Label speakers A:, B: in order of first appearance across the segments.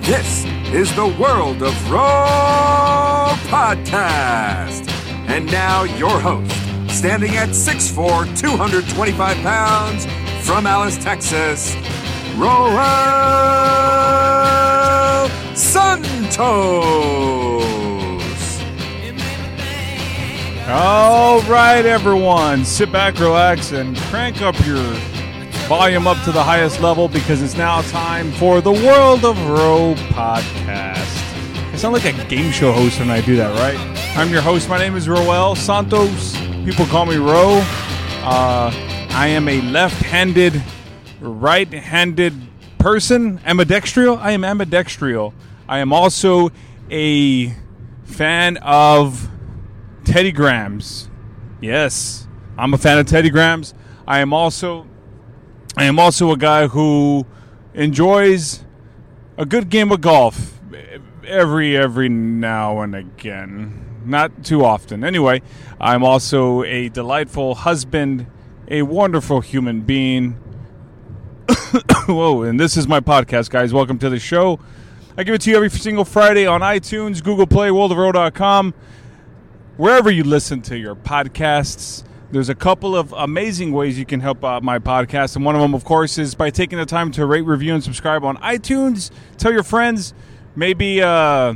A: This is the World of Row podcast. And now, your host, standing at 6'4, 225 pounds, from Alice, Texas, Roel Santos.
B: All right, everyone, sit back, relax, and crank up your volume up to the highest level because it's now time for the World of Row podcast. I sound like a game show host when I do that, right? I'm your host. My name is Roel Santos. People call me Ro. Uh, I am a left-handed, right-handed person. Ambidextrial. I am ambidextrial. I am also a fan of Teddy Grahams. Yes, I'm a fan of Teddy Grahams. I am also I am also a guy who enjoys a good game of golf every every now and again. Not too often. Anyway, I'm also a delightful husband, a wonderful human being. Whoa, and this is my podcast, guys. Welcome to the show. I give it to you every single Friday on iTunes, Google Play, worldofrow.com wherever you listen to your podcasts. There's a couple of amazing ways you can help out my podcast, and one of them, of course, is by taking the time to rate, review, and subscribe on iTunes. Tell your friends, maybe uh,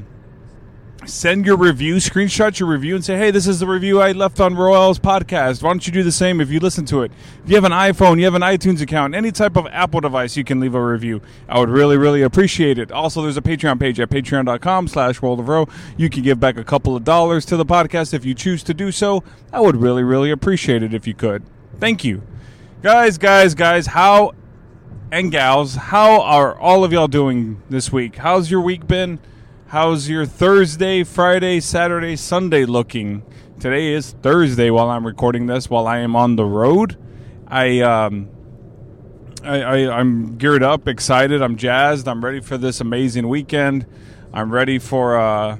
B: send your review, screenshot your review, and say, "Hey, this is the review I left on Roel's podcast." Why don't you do the same if you listen to it? If you have an iPhone, you have an iTunes account, any type of Apple device, you can leave a review. I would really, really appreciate it. Also, there's a Patreon page at patreon.com/slash World of Row. You can give back a couple of dollars to the podcast if you choose to do so. I would really, really appreciate it if you could. Thank you, guys, guys, guys. How and gals, how are all of y'all doing this week? How's your week been? How's your Thursday, Friday, Saturday, Sunday looking? Today is Thursday while I'm recording this, while I am on the road. I, um, I, I, I'm geared up, excited, I'm jazzed, I'm ready for this amazing weekend. I'm ready for, uh,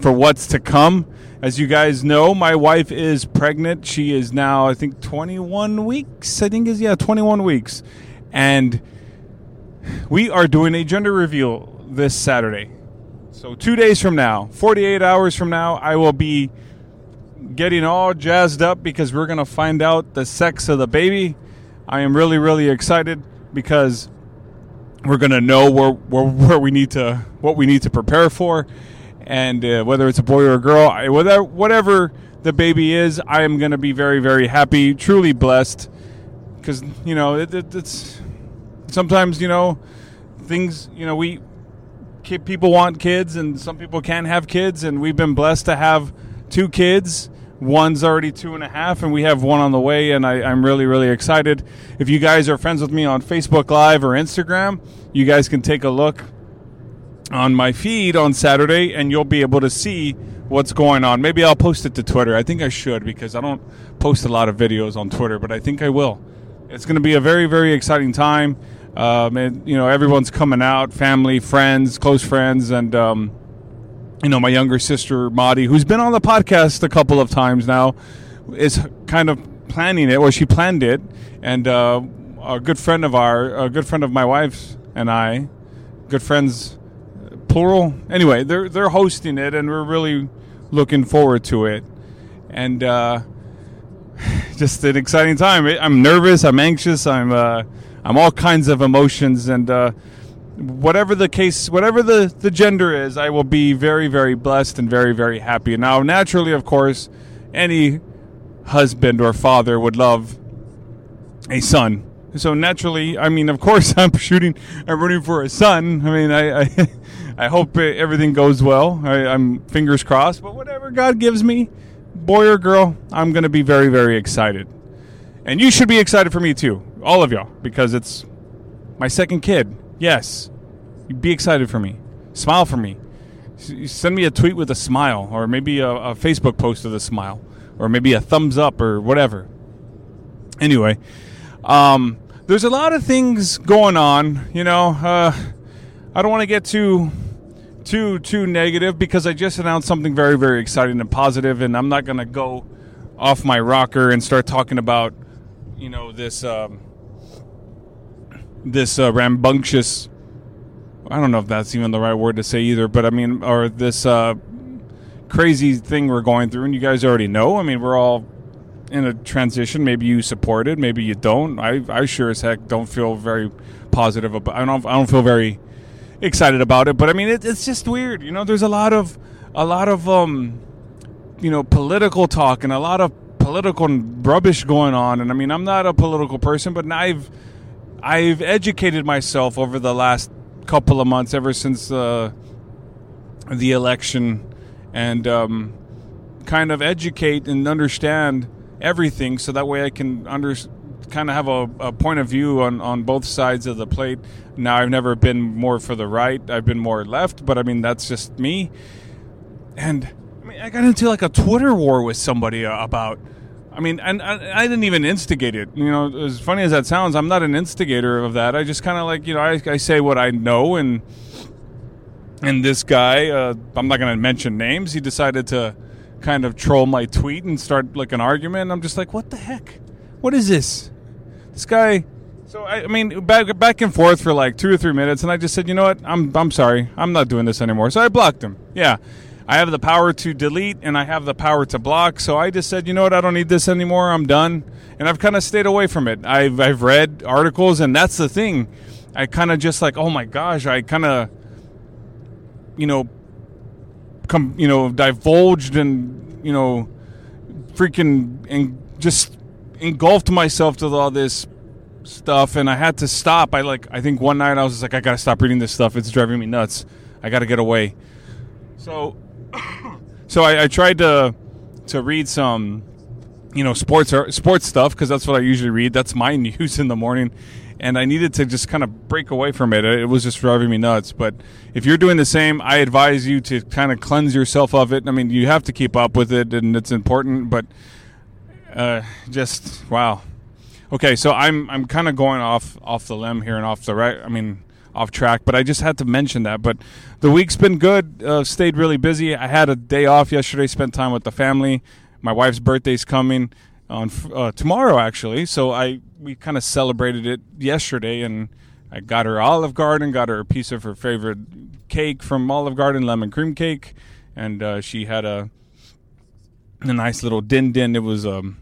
B: for what's to come. As you guys know, my wife is pregnant. She is now, I think, 21 weeks. I think is yeah, 21 weeks, and we are doing a gender reveal this Saturday. So two days from now, 48 hours from now, I will be getting all jazzed up because we're gonna find out the sex of the baby. I am really, really excited because we're gonna know where, where, where we need to what we need to prepare for, and uh, whether it's a boy or a girl, I, whether whatever the baby is, I am gonna be very, very happy, truly blessed, because you know it, it, it's sometimes you know things you know we ki- people want kids and some people can't have kids and we've been blessed to have two kids one's already two and a half and we have one on the way and I, i'm really really excited if you guys are friends with me on facebook live or instagram you guys can take a look on my feed on saturday and you'll be able to see what's going on maybe i'll post it to twitter i think i should because i don't post a lot of videos on twitter but i think i will it's going to be a very very exciting time um, and you know everyone's coming out family friends close friends and um, you know my younger sister Madi, who's been on the podcast a couple of times now, is kind of planning it. Well, she planned it, and uh, a good friend of our, a good friend of my wife's and I, good friends, plural. Anyway, they're they're hosting it, and we're really looking forward to it, and uh, just an exciting time. I'm nervous, I'm anxious, I'm uh, I'm all kinds of emotions, and uh, whatever the case, whatever the, the gender is, I will be very, very blessed and very, very happy. Now, naturally, of course, any husband or father would love a son. So naturally, I mean, of course, I'm shooting, I'm rooting for a son. I mean, I, I, I hope uh, everything goes well. I, I'm fingers crossed, but whatever God gives me, boy or girl, I'm going to be very, very excited. And you should be excited for me too, all of y'all, because it's my second kid. Yes. Be excited for me. Smile for me. S- Send me a tweet with a smile, or maybe a, a Facebook post with a smile, or maybe a thumbs up, or whatever. Anyway, um, there's a lot of things going on. You know, uh, I don't want to get too too too negative because I just announced something very very exciting and positive, and I'm not gonna go off my rocker and start talking about you know this. Um, this uh, rambunctious I don't know if that's even the right word to say either, but I mean, or this uh, crazy thing we're going through, and you guys already know. I mean, we're all in a transition. Maybe you support it, maybe you don't. I, I sure as heck don't feel very positive about. I don't I don't feel very excited about it. But I mean, it, it's just weird. You know, there's a lot of a lot of um, you know, political talk and a lot of political rubbish going on. And I mean, I'm not a political person, but I've I've educated myself over the last couple of months, ever since uh, the election, and um, kind of educate and understand everything, so that way I can under kind of have a, a point of view on, on both sides of the plate. Now I've never been more for the right; I've been more left. But I mean, that's just me. And I mean, I got into like a Twitter war with somebody uh, about. I mean, and I, I didn't even instigate it. You know, as funny as that sounds, I'm not an instigator of that. I just kind of like, you know, I, I say what I know, and and this guy, uh, I'm not going to mention names. He decided to kind of troll my tweet and start like an argument. I'm just like, what the heck? What is this? This guy. So I, I mean, back back and forth for like two or three minutes, and I just said, you know what? I'm I'm sorry. I'm not doing this anymore. So I blocked him. Yeah. I have the power to delete and I have the power to block. So I just said, you know what, I don't need this anymore. I'm done. And I've kind of stayed away from it. I've, I've read articles, and that's the thing. I kind of just like, oh my gosh, I kind of, you know, com- you know, divulged and, you know, freaking and just engulfed myself with all this stuff and I had to stop. I like I think one night I was just like I got to stop reading this stuff. It's driving me nuts. I got to get away. So so I, I tried to to read some you know sports or sports stuff because that's what I usually read. That's my news in the morning, and I needed to just kind of break away from it. It was just driving me nuts. But if you're doing the same, I advise you to kind of cleanse yourself of it. I mean, you have to keep up with it, and it's important. But uh, just wow. Okay, so I'm I'm kind of going off off the limb here and off the right. I mean, off track, but I just had to mention that. But the week's been good. Uh, stayed really busy. I had a day off yesterday. Spent time with the family. My wife's birthday's coming on uh, tomorrow, actually. So I we kind of celebrated it yesterday, and I got her Olive Garden, got her a piece of her favorite cake from Olive Garden, lemon cream cake, and uh, she had a a nice little din din. It was um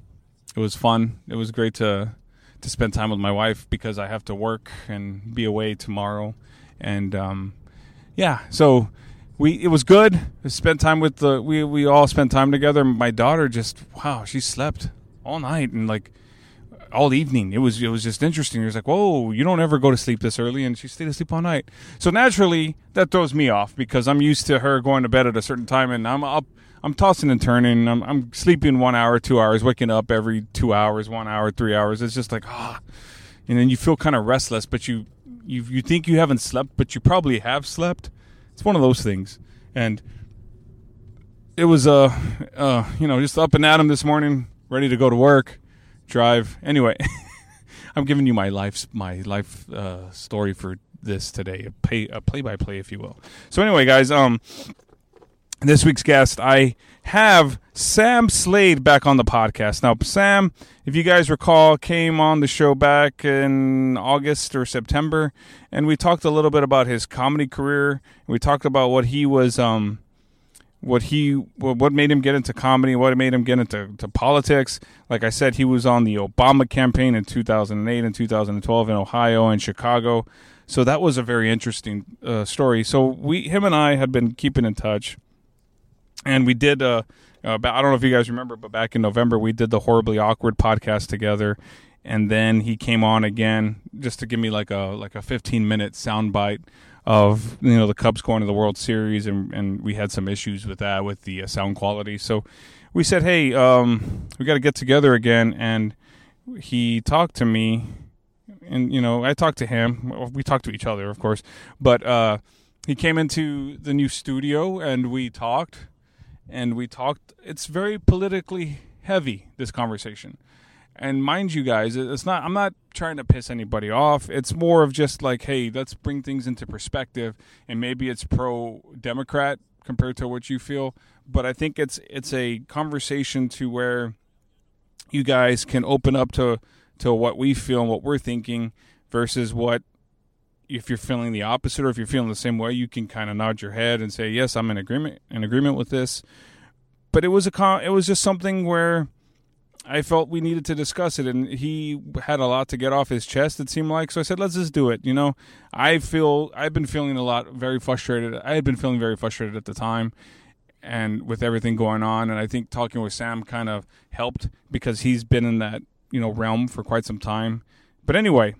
B: it was fun. It was great to to spend time with my wife because I have to work and be away tomorrow. And um, yeah, so we it was good. I spent time with the we we all spent time together. My daughter just wow, she slept all night and like all evening. It was it was just interesting. It was like whoa, you don't ever go to sleep this early, and she stayed asleep all night. So naturally, that throws me off because I'm used to her going to bed at a certain time, and I'm up. I'm tossing and turning. I'm, I'm, sleeping one hour, two hours, waking up every two hours, one hour, three hours. It's just like ah, oh. and then you feel kind of restless, but you you you think you haven't slept, but you probably have slept. It's one of those things, and it was uh, uh you know just up and at 'em this morning, ready to go to work, drive. Anyway, I'm giving you my life my life uh, story for this today, a pay a play by play, if you will. So anyway, guys, um this week's guest, I have Sam Slade back on the podcast. Now, Sam, if you guys recall, came on the show back in August or September, and we talked a little bit about his comedy career. We talked about what he was, um, what he, what made him get into comedy, what made him get into to politics. Like I said, he was on the Obama campaign in 2008 and 2012 in Ohio and Chicago. So that was a very interesting uh, story. So we, him and I, had been keeping in touch and we did uh, uh, i don't know if you guys remember but back in november we did the horribly awkward podcast together and then he came on again just to give me like a like a 15 minute soundbite of you know the cubs going to the world series and and we had some issues with that with the uh, sound quality so we said hey um, we got to get together again and he talked to me and you know i talked to him we talked to each other of course but uh, he came into the new studio and we talked and we talked. It's very politically heavy this conversation, and mind you, guys, it's not. I'm not trying to piss anybody off. It's more of just like, hey, let's bring things into perspective, and maybe it's pro Democrat compared to what you feel, but I think it's it's a conversation to where you guys can open up to to what we feel and what we're thinking versus what if you're feeling the opposite or if you're feeling the same way, you can kind of nod your head and say, "Yes, I'm in agreement in agreement with this." But it was a con- it was just something where I felt we needed to discuss it, and he had a lot to get off his chest. It seemed like so. I said, "Let's just do it." You know, I feel I've been feeling a lot, very frustrated. I had been feeling very frustrated at the time, and with everything going on, and I think talking with Sam kind of helped because he's been in that you know realm for quite some time. But anyway,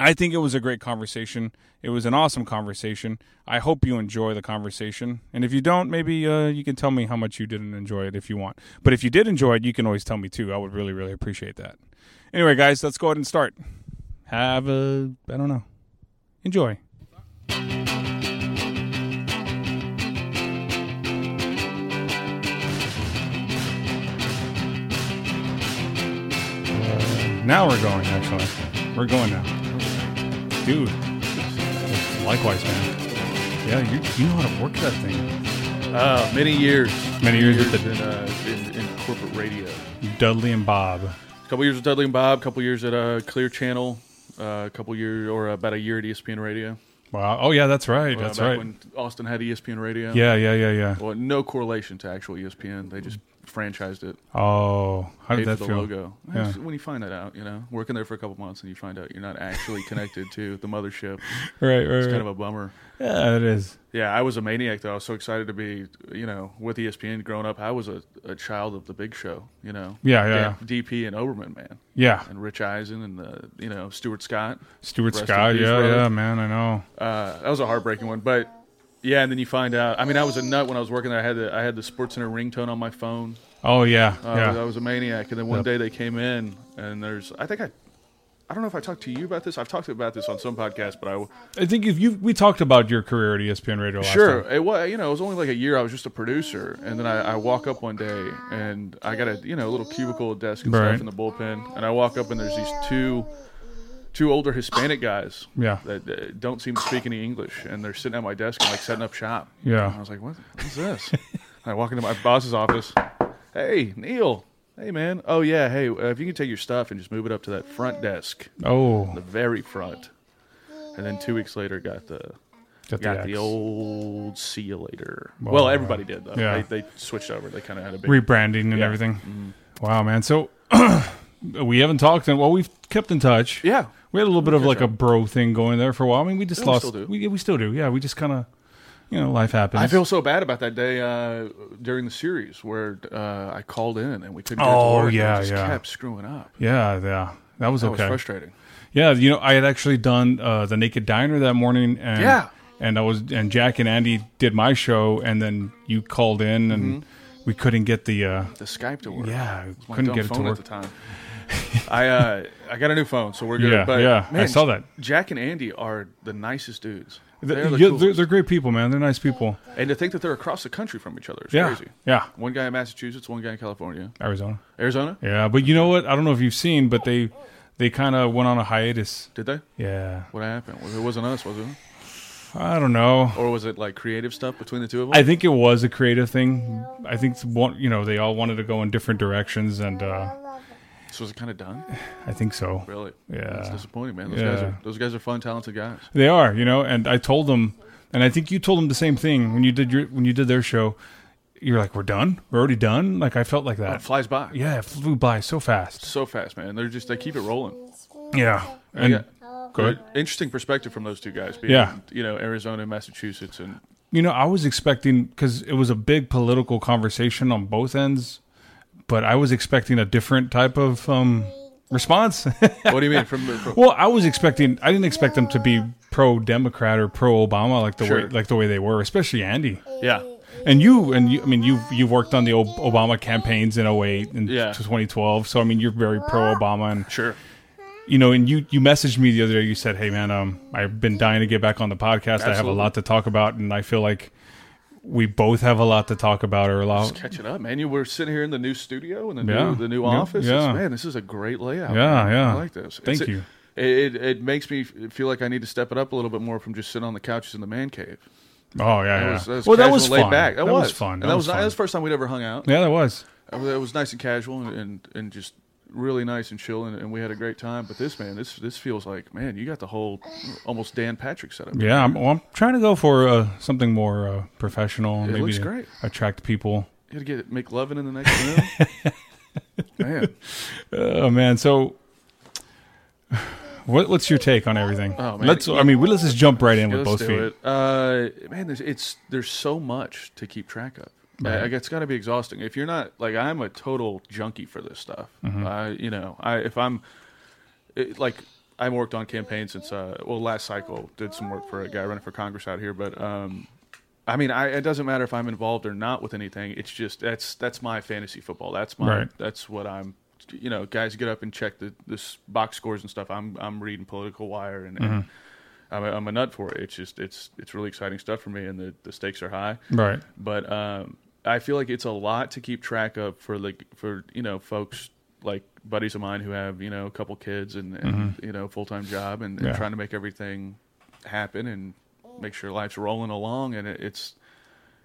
B: I think it was a great conversation. It was an awesome conversation. I hope you enjoy the conversation. And if you don't, maybe uh, you can tell me how much you didn't enjoy it if you want. But if you did enjoy it, you can always tell me too. I would really, really appreciate that. Anyway, guys, let's go ahead and start. Have a, I don't know, enjoy. Now we're going, actually. We're going now. Dude. Likewise, man. Yeah, you, you know how to work that thing.
C: Uh, many years.
B: Many years with
C: in, uh, in, in corporate radio.
B: Dudley and Bob.
C: A couple years with Dudley and Bob. A couple years at uh, Clear Channel. Uh, a couple years, or about a year at E ESPN Radio.
B: Wow. Oh, yeah, that's right.
C: Uh,
B: that's
C: back
B: right.
C: When Austin had E ESPN Radio.
B: Yeah, yeah, yeah, yeah.
C: Well, no correlation to actual E ESPN. They just franchised it.
B: Oh, how
C: Paid
B: did that
C: for the
B: feel?
C: logo.
B: Yeah.
C: It's When you find that out, you know, working there for a couple months and you find out you're not actually connected to the mothership,
B: Right, right,
C: it's
B: right.
C: kind of a bummer.
B: yeah, it is.
C: Yeah, I was a maniac though. I was so excited to be, you know, with E ESPN growing up. I was a, a child of the Big Show, you know.
B: Yeah, yeah.
C: D- DP and Oberman, man,
B: Yeah,
C: and Rich Eisen and the, you know, Stuart Scott.
B: Stuart
C: Rest in
B: Scott.
C: peace,
B: Yeah,
C: brother.
B: yeah, man. I know.
C: Uh, that was a heartbreaking one, but yeah. And then you find out. I mean, I was a nut when I was working there. I had the I had the Sports Center ringtone on my phone.
B: Oh yeah,
C: Uh, I
B: yeah.
C: was a maniac. And then one
B: Yep.
C: day they came in, and there's I think I. I don't know if I talked to you about this. I've talked about this on some podcasts, but I
B: I think if you we talked about your career at E ESPN Radio. Last
C: Sure.
B: Time.
C: It was, you know, it was only like a year. I was just a producer, and then I, I walk up one day, and I got a, you know, a little cubicle desk and
B: Right.
C: stuff in the bullpen, and I walk up, and there's these two, two older Hispanic guys
B: Yeah.
C: that uh, don't seem to speak any English, and they're sitting at my desk and like setting up shop.
B: Yeah.
C: And I was like, what is this? and I walk into my boss's office. Hey, Neil. Hey, man. Oh yeah. Hey, uh, if you can take your stuff and just move it up to that front desk,
B: Oh,
C: the very front. And then two weeks later, got the
B: got,
C: got the
B: X.
C: old see you later.
B: Wow.
C: well, everybody did though.
B: Yeah.
C: They, they switched over. They kind of had a big.
B: rebranding and
C: Yeah. Mm-hmm.
B: everything. Wow, man. So we haven't talked, and well, we've kept in touch.
C: yeah,
B: We had a little bit of like
C: catch
B: a bro thing going there for a while. I mean, we just
C: Yeah, we
B: lost.
C: still do.
B: We, we still do. Yeah, we just kind of, you know, life happens.
C: I feel so bad about that day uh, during the series where uh, I called in and we couldn't. Get
B: Oh,
C: it to work.
B: yeah,
C: I just
B: yeah.
C: Kept screwing up.
B: Yeah, yeah. That was
C: That was
B: okay.
C: frustrating.
B: Yeah, you know, I had actually done uh, the Naked Diner that morning, and
C: Yeah.
B: and I was and Jack and Andy did my show, and then you called in, and
C: Mm-hmm.
B: we couldn't get the uh,
C: The Skype to work.
B: yeah,
C: my
B: couldn't
C: dumb
B: get it to
C: phone at the
B: work.
C: time. I uh, I got a new phone, so we're good.
B: Yeah,
C: but,
B: yeah, I
C: man,
B: saw that.
C: Jack and Andy are the nicest dudes.
B: They're,
C: They're the
B: yeah, they're,
C: coolest.
B: they're great people, man. They're nice people.
C: and to think that they're across the country from each other is
B: Yeah,
C: crazy.
B: yeah,
C: One guy in Massachusetts, one guy in California,
B: Arizona.
C: Arizona.
B: Yeah, but you know what? I don't know if you've seen, but they they kind of went on a hiatus.
C: Did they?
B: Yeah,
C: What happened? It wasn't us, was it?
B: I don't know.
C: Or was it like creative stuff between the two of them?
B: I think it was a creative thing. I think it's one, you know they all wanted to go in different directions, and uh,
C: so was it kind of done?
B: I think so.
C: Really?
B: Yeah.
C: That's disappointing, man. Those
B: Yeah.
C: guys are those guys are fun, talented guys.
B: They are, you know, and I told them, and I think you told them the same thing when you did your when you did their show. You're like, we're done, we're already done. Like I felt like
C: It
B: that.
C: flies by
B: Yeah, it flew by so fast.
C: so fast, man. They're just they keep it rolling.
B: Yeah, and
C: Yeah.
B: go ahead.
C: Interesting perspective from those two guys. Being,
B: Yeah.
C: You know, Arizona, and Massachusetts, and
B: You know, I was expecting because it was a big political conversation on both ends, but I was expecting a different type of um, response.
C: what do you mean from? from
B: well, I was expecting. I didn't expect them to be pro Democrat or pro Obama like the way
C: Sure.
B: like the way they were, especially Andy.
C: yeah.
B: And you and you, I mean you've you've worked on the Ob- Obama campaigns in 08 and
C: Yeah.
B: 2012. So I mean you're very pro Obama and
C: Sure.
B: you know and you you messaged me the other day you said, "Hey man, um I've been dying to get back on the podcast. I have a
C: Absolutely.
B: lot to talk about and I feel like we both have a lot to talk about or a lot
C: Catch it up, man. You were sitting here in the new studio and the
B: Yeah.
C: new the new
B: Yeah.
C: office. It's-
B: Yeah.
C: man, this is a great layout.
B: Yeah,
C: man.
B: yeah.
C: I like this.
B: Thank
C: It's-
B: you.
C: It, it it makes me feel like I need to step it up a little bit more from just sitting on the couches in the man cave.
B: Oh yeah, yeah.
C: That was, that was
B: well, that
C: casual
B: was
C: and laid
B: fun.
C: back. That, was.
B: fun.
C: And
B: That,
C: that
B: was,
C: was,
B: fun.
C: that was the first time we'd ever hung out.
B: yeah, that was.
C: It was nice and casual and and just really nice and chill, and, and we had a great time. But this man, this this feels like man, you got the whole almost Dan Patrick setup.
B: Yeah, I'm, well, I'm trying to go for uh, something more uh, professional.
C: It
B: maybe
C: looks
B: to
C: great.
B: Attract people.
C: You had to get McLovin in the next room. man,
B: Oh man, so what, what's your take on everything?
C: Oh, man.
B: Let's. I mean, we, let's just jump right in
C: Yeah,
B: with
C: let's
B: both
C: do
B: feet.
C: It. Uh, man, there's, it's there's so much to keep track of. I- I- it's got to be exhausting. If you're not like I'm a total junkie for this stuff.
B: Mm-hmm.
C: I you know I if I'm it, like I worked on campaigns since uh well last cycle did some work for a guy running for Congress out here, but um. I mean, I, it doesn't matter if I'm involved or not with anything. It's just that's that's my fantasy football. That's my
B: Right.
C: that's what I'm. You know, guys get up and check the this box scores and stuff. I'm I'm reading Political Wire and,
B: Mm-hmm.
C: and I'm a, I'm a nut for it. It's just it's it's really exciting stuff for me, and the, the stakes are high.
B: Right.
C: But um, I feel like it's a lot to keep track of for like for you know folks like buddies of mine who have you know a couple kids and, and you know full time job and, and
B: Mm-hmm. Yeah.
C: trying to make everything happen and make sure life's rolling along. And it, it's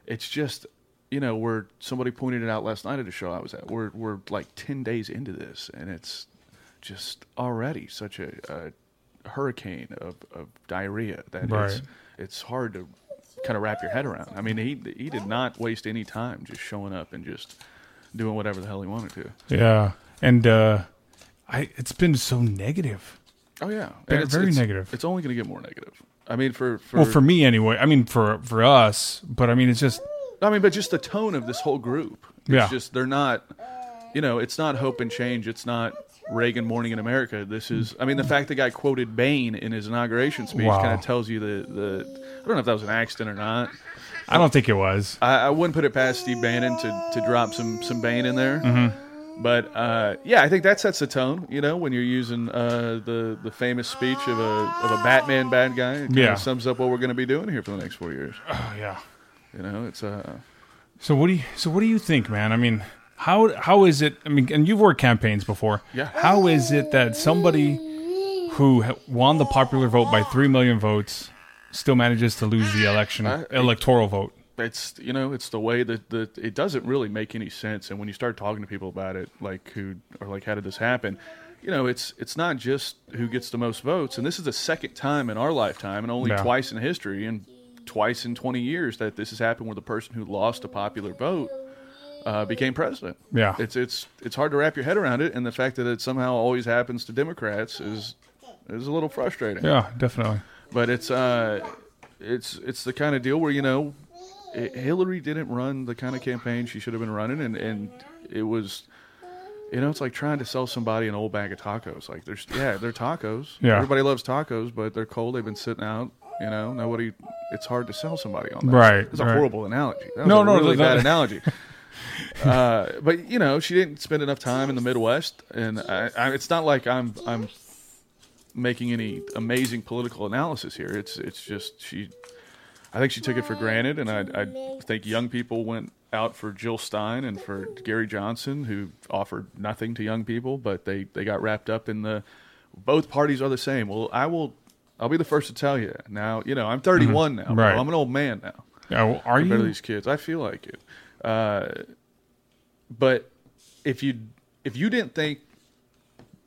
C: it's just you know where somebody pointed it out last night at a show I was at. We're we're like ten days into this, and it's just already such a, a hurricane of, of diarrhea that
B: Right.
C: it's it's hard to kind of wrap your head around. I mean, he he did not waste any time just showing up and just doing whatever the hell he wanted to.
B: Yeah, and uh, I it's been so negative.
C: Oh yeah, And
B: Very- very negative.
C: It's only going to get more negative. I mean, for for,
B: Well, for me anyway. I mean, for for us, but I mean, it's just
C: I mean, but just the tone of this whole group. It's
B: Yeah.
C: just they're not you know, it's not hope and change, it's not Reagan morning in America. This is I mean, the fact the guy quoted Bain in his inauguration speech
B: Wow.
C: kinda tells you the, the I don't know if that was an accident or not.
B: I don't think it was.
C: I, I wouldn't put it past Steve Bannon to, to drop some some Bane in there.
B: Mm-hmm.
C: But uh, yeah, I think that sets the tone. You know, when you're using uh, the the famous speech of a of a Batman bad guy, it kinda
B: Yeah.
C: sums up what we're going to be doing here for the next four years.
B: Oh yeah.
C: You know, it's uh,
B: So what do you so what do you think, man? I mean, how how is it? I mean, and you've worked campaigns before.
C: Yeah.
B: How is it that somebody who ha- won the popular vote by three million votes still manages to lose the election
C: I-
B: electoral vote?
C: it's you know it's the way that the it doesn't really make any sense and when you start talking to people about it like who are like how did this happen you know it's it's not just who gets the most votes and this is the second time in our lifetime and only
B: Yeah.
C: twice in history and twice in 20 years that this has happened where the person who lost a popular vote uh, became president
B: Yeah.
C: it's it's it's hard to wrap your head around it and the fact that it somehow always happens to democrats is is a little frustrating
B: Yeah, definitely.
C: but it's uh, it's it's the kind of deal where you know, it, Hillary didn't run the kind of campaign she should have been running, and and it was, you know, it's like trying to sell somebody an old bag of tacos. Like there's yeah, they're tacos.
B: Yeah.
C: everybody loves tacos, but they're cold. They've been sitting out. You know, nobody. It's hard to sell somebody on that.
B: Right,
C: it's a
B: right.
C: horrible analogy. That was
B: No,
C: a
B: no,
C: really
B: no, no.
C: bad analogy. Uh, but you know, she didn't spend enough time in the Midwest, and I, I, it's not like I'm I'm making any amazing political analysis here. It's it's just she, I think she took it for granted, and I, I think young people went out for Jill Stein and for Gary Johnson, who offered nothing to young people, but they they got wrapped up in the both parties are the same. Well, I will. I'll be the first to tell you. Now, you know, I'm 31 now. bro.
B: Right.
C: I'm an old man now
B: Yeah, well, are
C: compared to
B: you?
C: these kids. I feel like it. Uh, but if you if you didn't think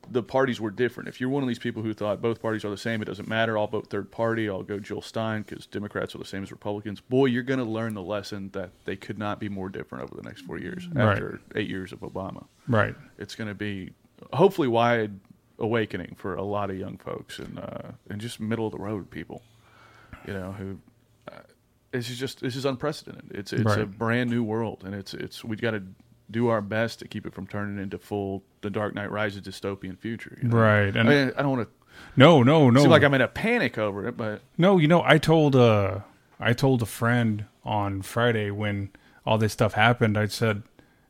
C: the parties were different, if you're one of these people who thought both parties are the same, it doesn't matter. I'll vote third party. I'll go Jill Stein because Democrats are the same as Republicans. Boy, you're going to learn the lesson that they could not be more different over the next four years
B: Right.
C: after eight years of Obama.
B: Right.
C: It's going to be hopefully wide awakening for a lot of young folks and uh, and just middle of the road people you know, who uh, this is just this is unprecedented. It's it's a
B: Right.
C: brand new world, and it's it's we've got to do our best to keep it from turning into full the Dark Knight Rises dystopian future. you know?
B: Right. Oh.
C: I,
B: And
C: mean, I don't want to
B: no, no, no.
C: seem like I'm in a panic over it, but
B: No, you know, I told uh I told a friend on Friday when all this stuff happened, I said,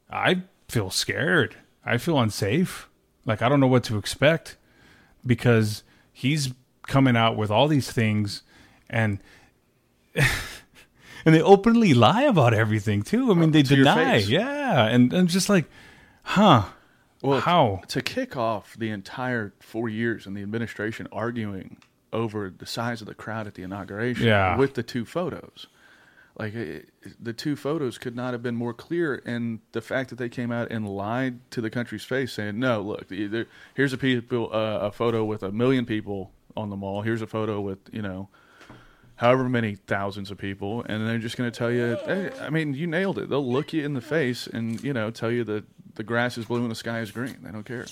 B: I feel scared. I feel unsafe. Like I don't know what to expect because he's coming out with all these things and and they openly lie about everything too. I mean, they
C: to your
B: deny.
C: face.
B: Yeah. And and just like, huh.
C: Well,
B: How?
C: to kick off the entire four years in the administration arguing over the size of the crowd at the inauguration
B: Yeah.
C: with the two photos. like it, the two photos could not have been more clear and the fact that they came out and lied to the country's face saying no look the- there- here's a people uh, a photo with a million people on the mall here's a photo with you know however many thousands of people and they're just going to tell you "Hey, i mean you nailed it they'll look you in the face and you know tell you that the grass is blue and the sky is green they don't care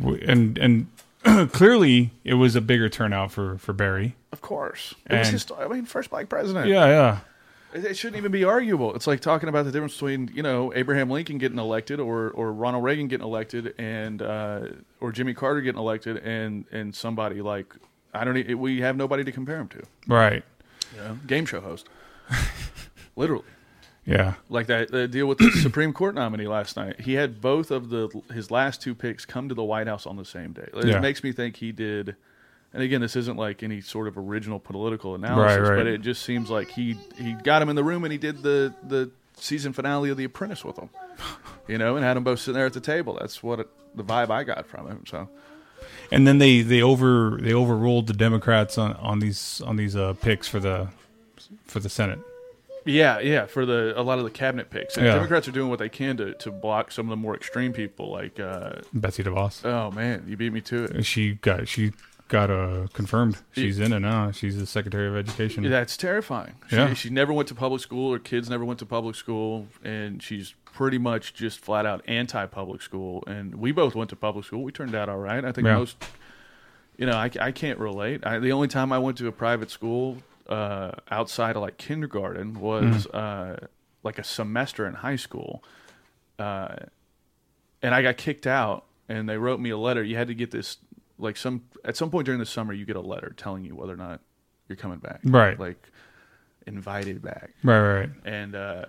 B: W- and and clearly it was a bigger turnout for for Barry.
C: of course it was
B: And-
C: his i mean first black president
B: Yeah, yeah.
C: It, it shouldn't even be arguable. It's like talking about the difference between you know Abraham Lincoln getting elected or or Ronald Reagan getting elected and uh, or Jimmy Carter getting elected and and somebody like I don't e we have nobody to compare him to.
B: Right.
C: You know? Game show host, literally
B: Yeah.
C: like that the deal with the Supreme Court nominee last night. He had both of the his last two picks come to the White House on the same day. It
B: Yeah.
C: makes me think he did. And again, this isn't like any sort of original political analysis,
B: Right, right.
C: but it just seems like he he got him in the room and he did the the season finale of The Apprentice with him, you know, and had them both sitting there at the table. That's what it, the vibe I got from him. So
B: And then they they over they overruled the Democrats on on these on these uh picks for the for the Senate.
C: Yeah, yeah, for the a lot of the cabinet picks. And
B: Yeah.
C: Democrats are doing what they can to, to block some of the more extreme people. Like, uh,
B: Betsy DeVos.
C: oh man, you beat me to it.
B: She got she got uh confirmed. She's in it now. She's the Secretary of Education.
C: That's terrifying. She,
B: Yeah.
C: she never went to public school. Her kids never went to public school, and she's pretty much just flat out anti public school. And we both went to public school. We turned out all right. I think
B: Yeah.
C: most, you know, I, I can't relate. I, the only time I went to a private school uh, outside of like kindergarten was uh, like a semester in high school, uh, and I got kicked out. And they wrote me a letter. You had to get this like some at some point during the summer. You get a letter telling you whether or not you're coming back
B: Right.
C: like invited back
B: Right, right, right.
C: and uh,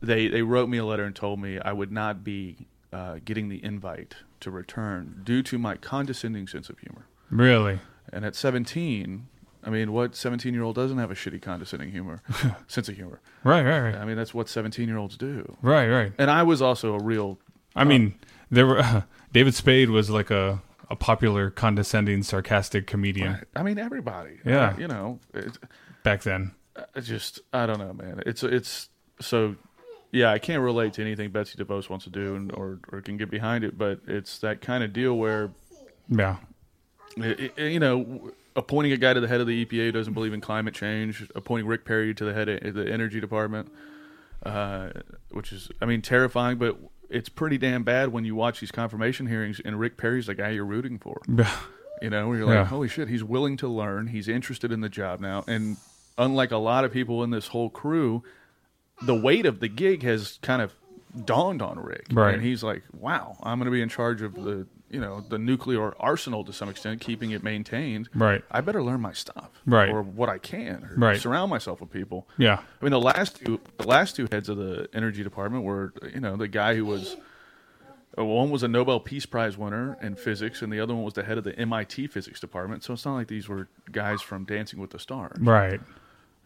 C: they they wrote me a letter and told me I would not be uh, getting the invite to return due to my condescending sense of humor.
B: Really.
C: And at 17, I mean, what 17 year old doesn't have a shitty condescending humor sense of humor?
B: Right, right, right.
C: I mean, that's what 17 year olds do.
B: Right, right.
C: And I was also a real
B: I mean, there were David Spade was like a a popular condescending sarcastic comedian
C: I mean, everybody.
B: Yeah.
C: Uh, you know, it,
B: back then.
C: I just I don't know, man. It's it's so yeah, I can't relate to anything Betsy DeVos wants to do and or or can get behind it, but it's that kind of deal where
B: Yeah.
C: i- i- Uh, you know appointing a guy to the head of the EPA who doesn't believe in climate change, appointing Rick Perry to the head of the energy department, uh, which is I mean terrifying, but it's pretty damn bad when you watch these confirmation hearings and Rick Perry's the guy you're rooting for. You know, where you're like,
B: Yeah.
C: holy shit, he's willing to learn. He's interested in the job now. And unlike a lot of people in this whole crew, the weight of the gig has kind of dawned on Rick.
B: Right.
C: And he's like, wow, I'm going to be in charge of the, you know, the nuclear arsenal to some extent, keeping it maintained.
B: Right.
C: I better learn my stuff.
B: Right.
C: Or what I can. Or
B: Right.
C: Surround myself with people.
B: Yeah.
C: I mean, the last two, the last two heads of the energy department were, you know, the guy who was, uh, one was a Nobel Peace Prize winner in physics, and the other one was the head of the MIT physics department. So it's not like these were guys from Dancing with the Stars,
B: Right.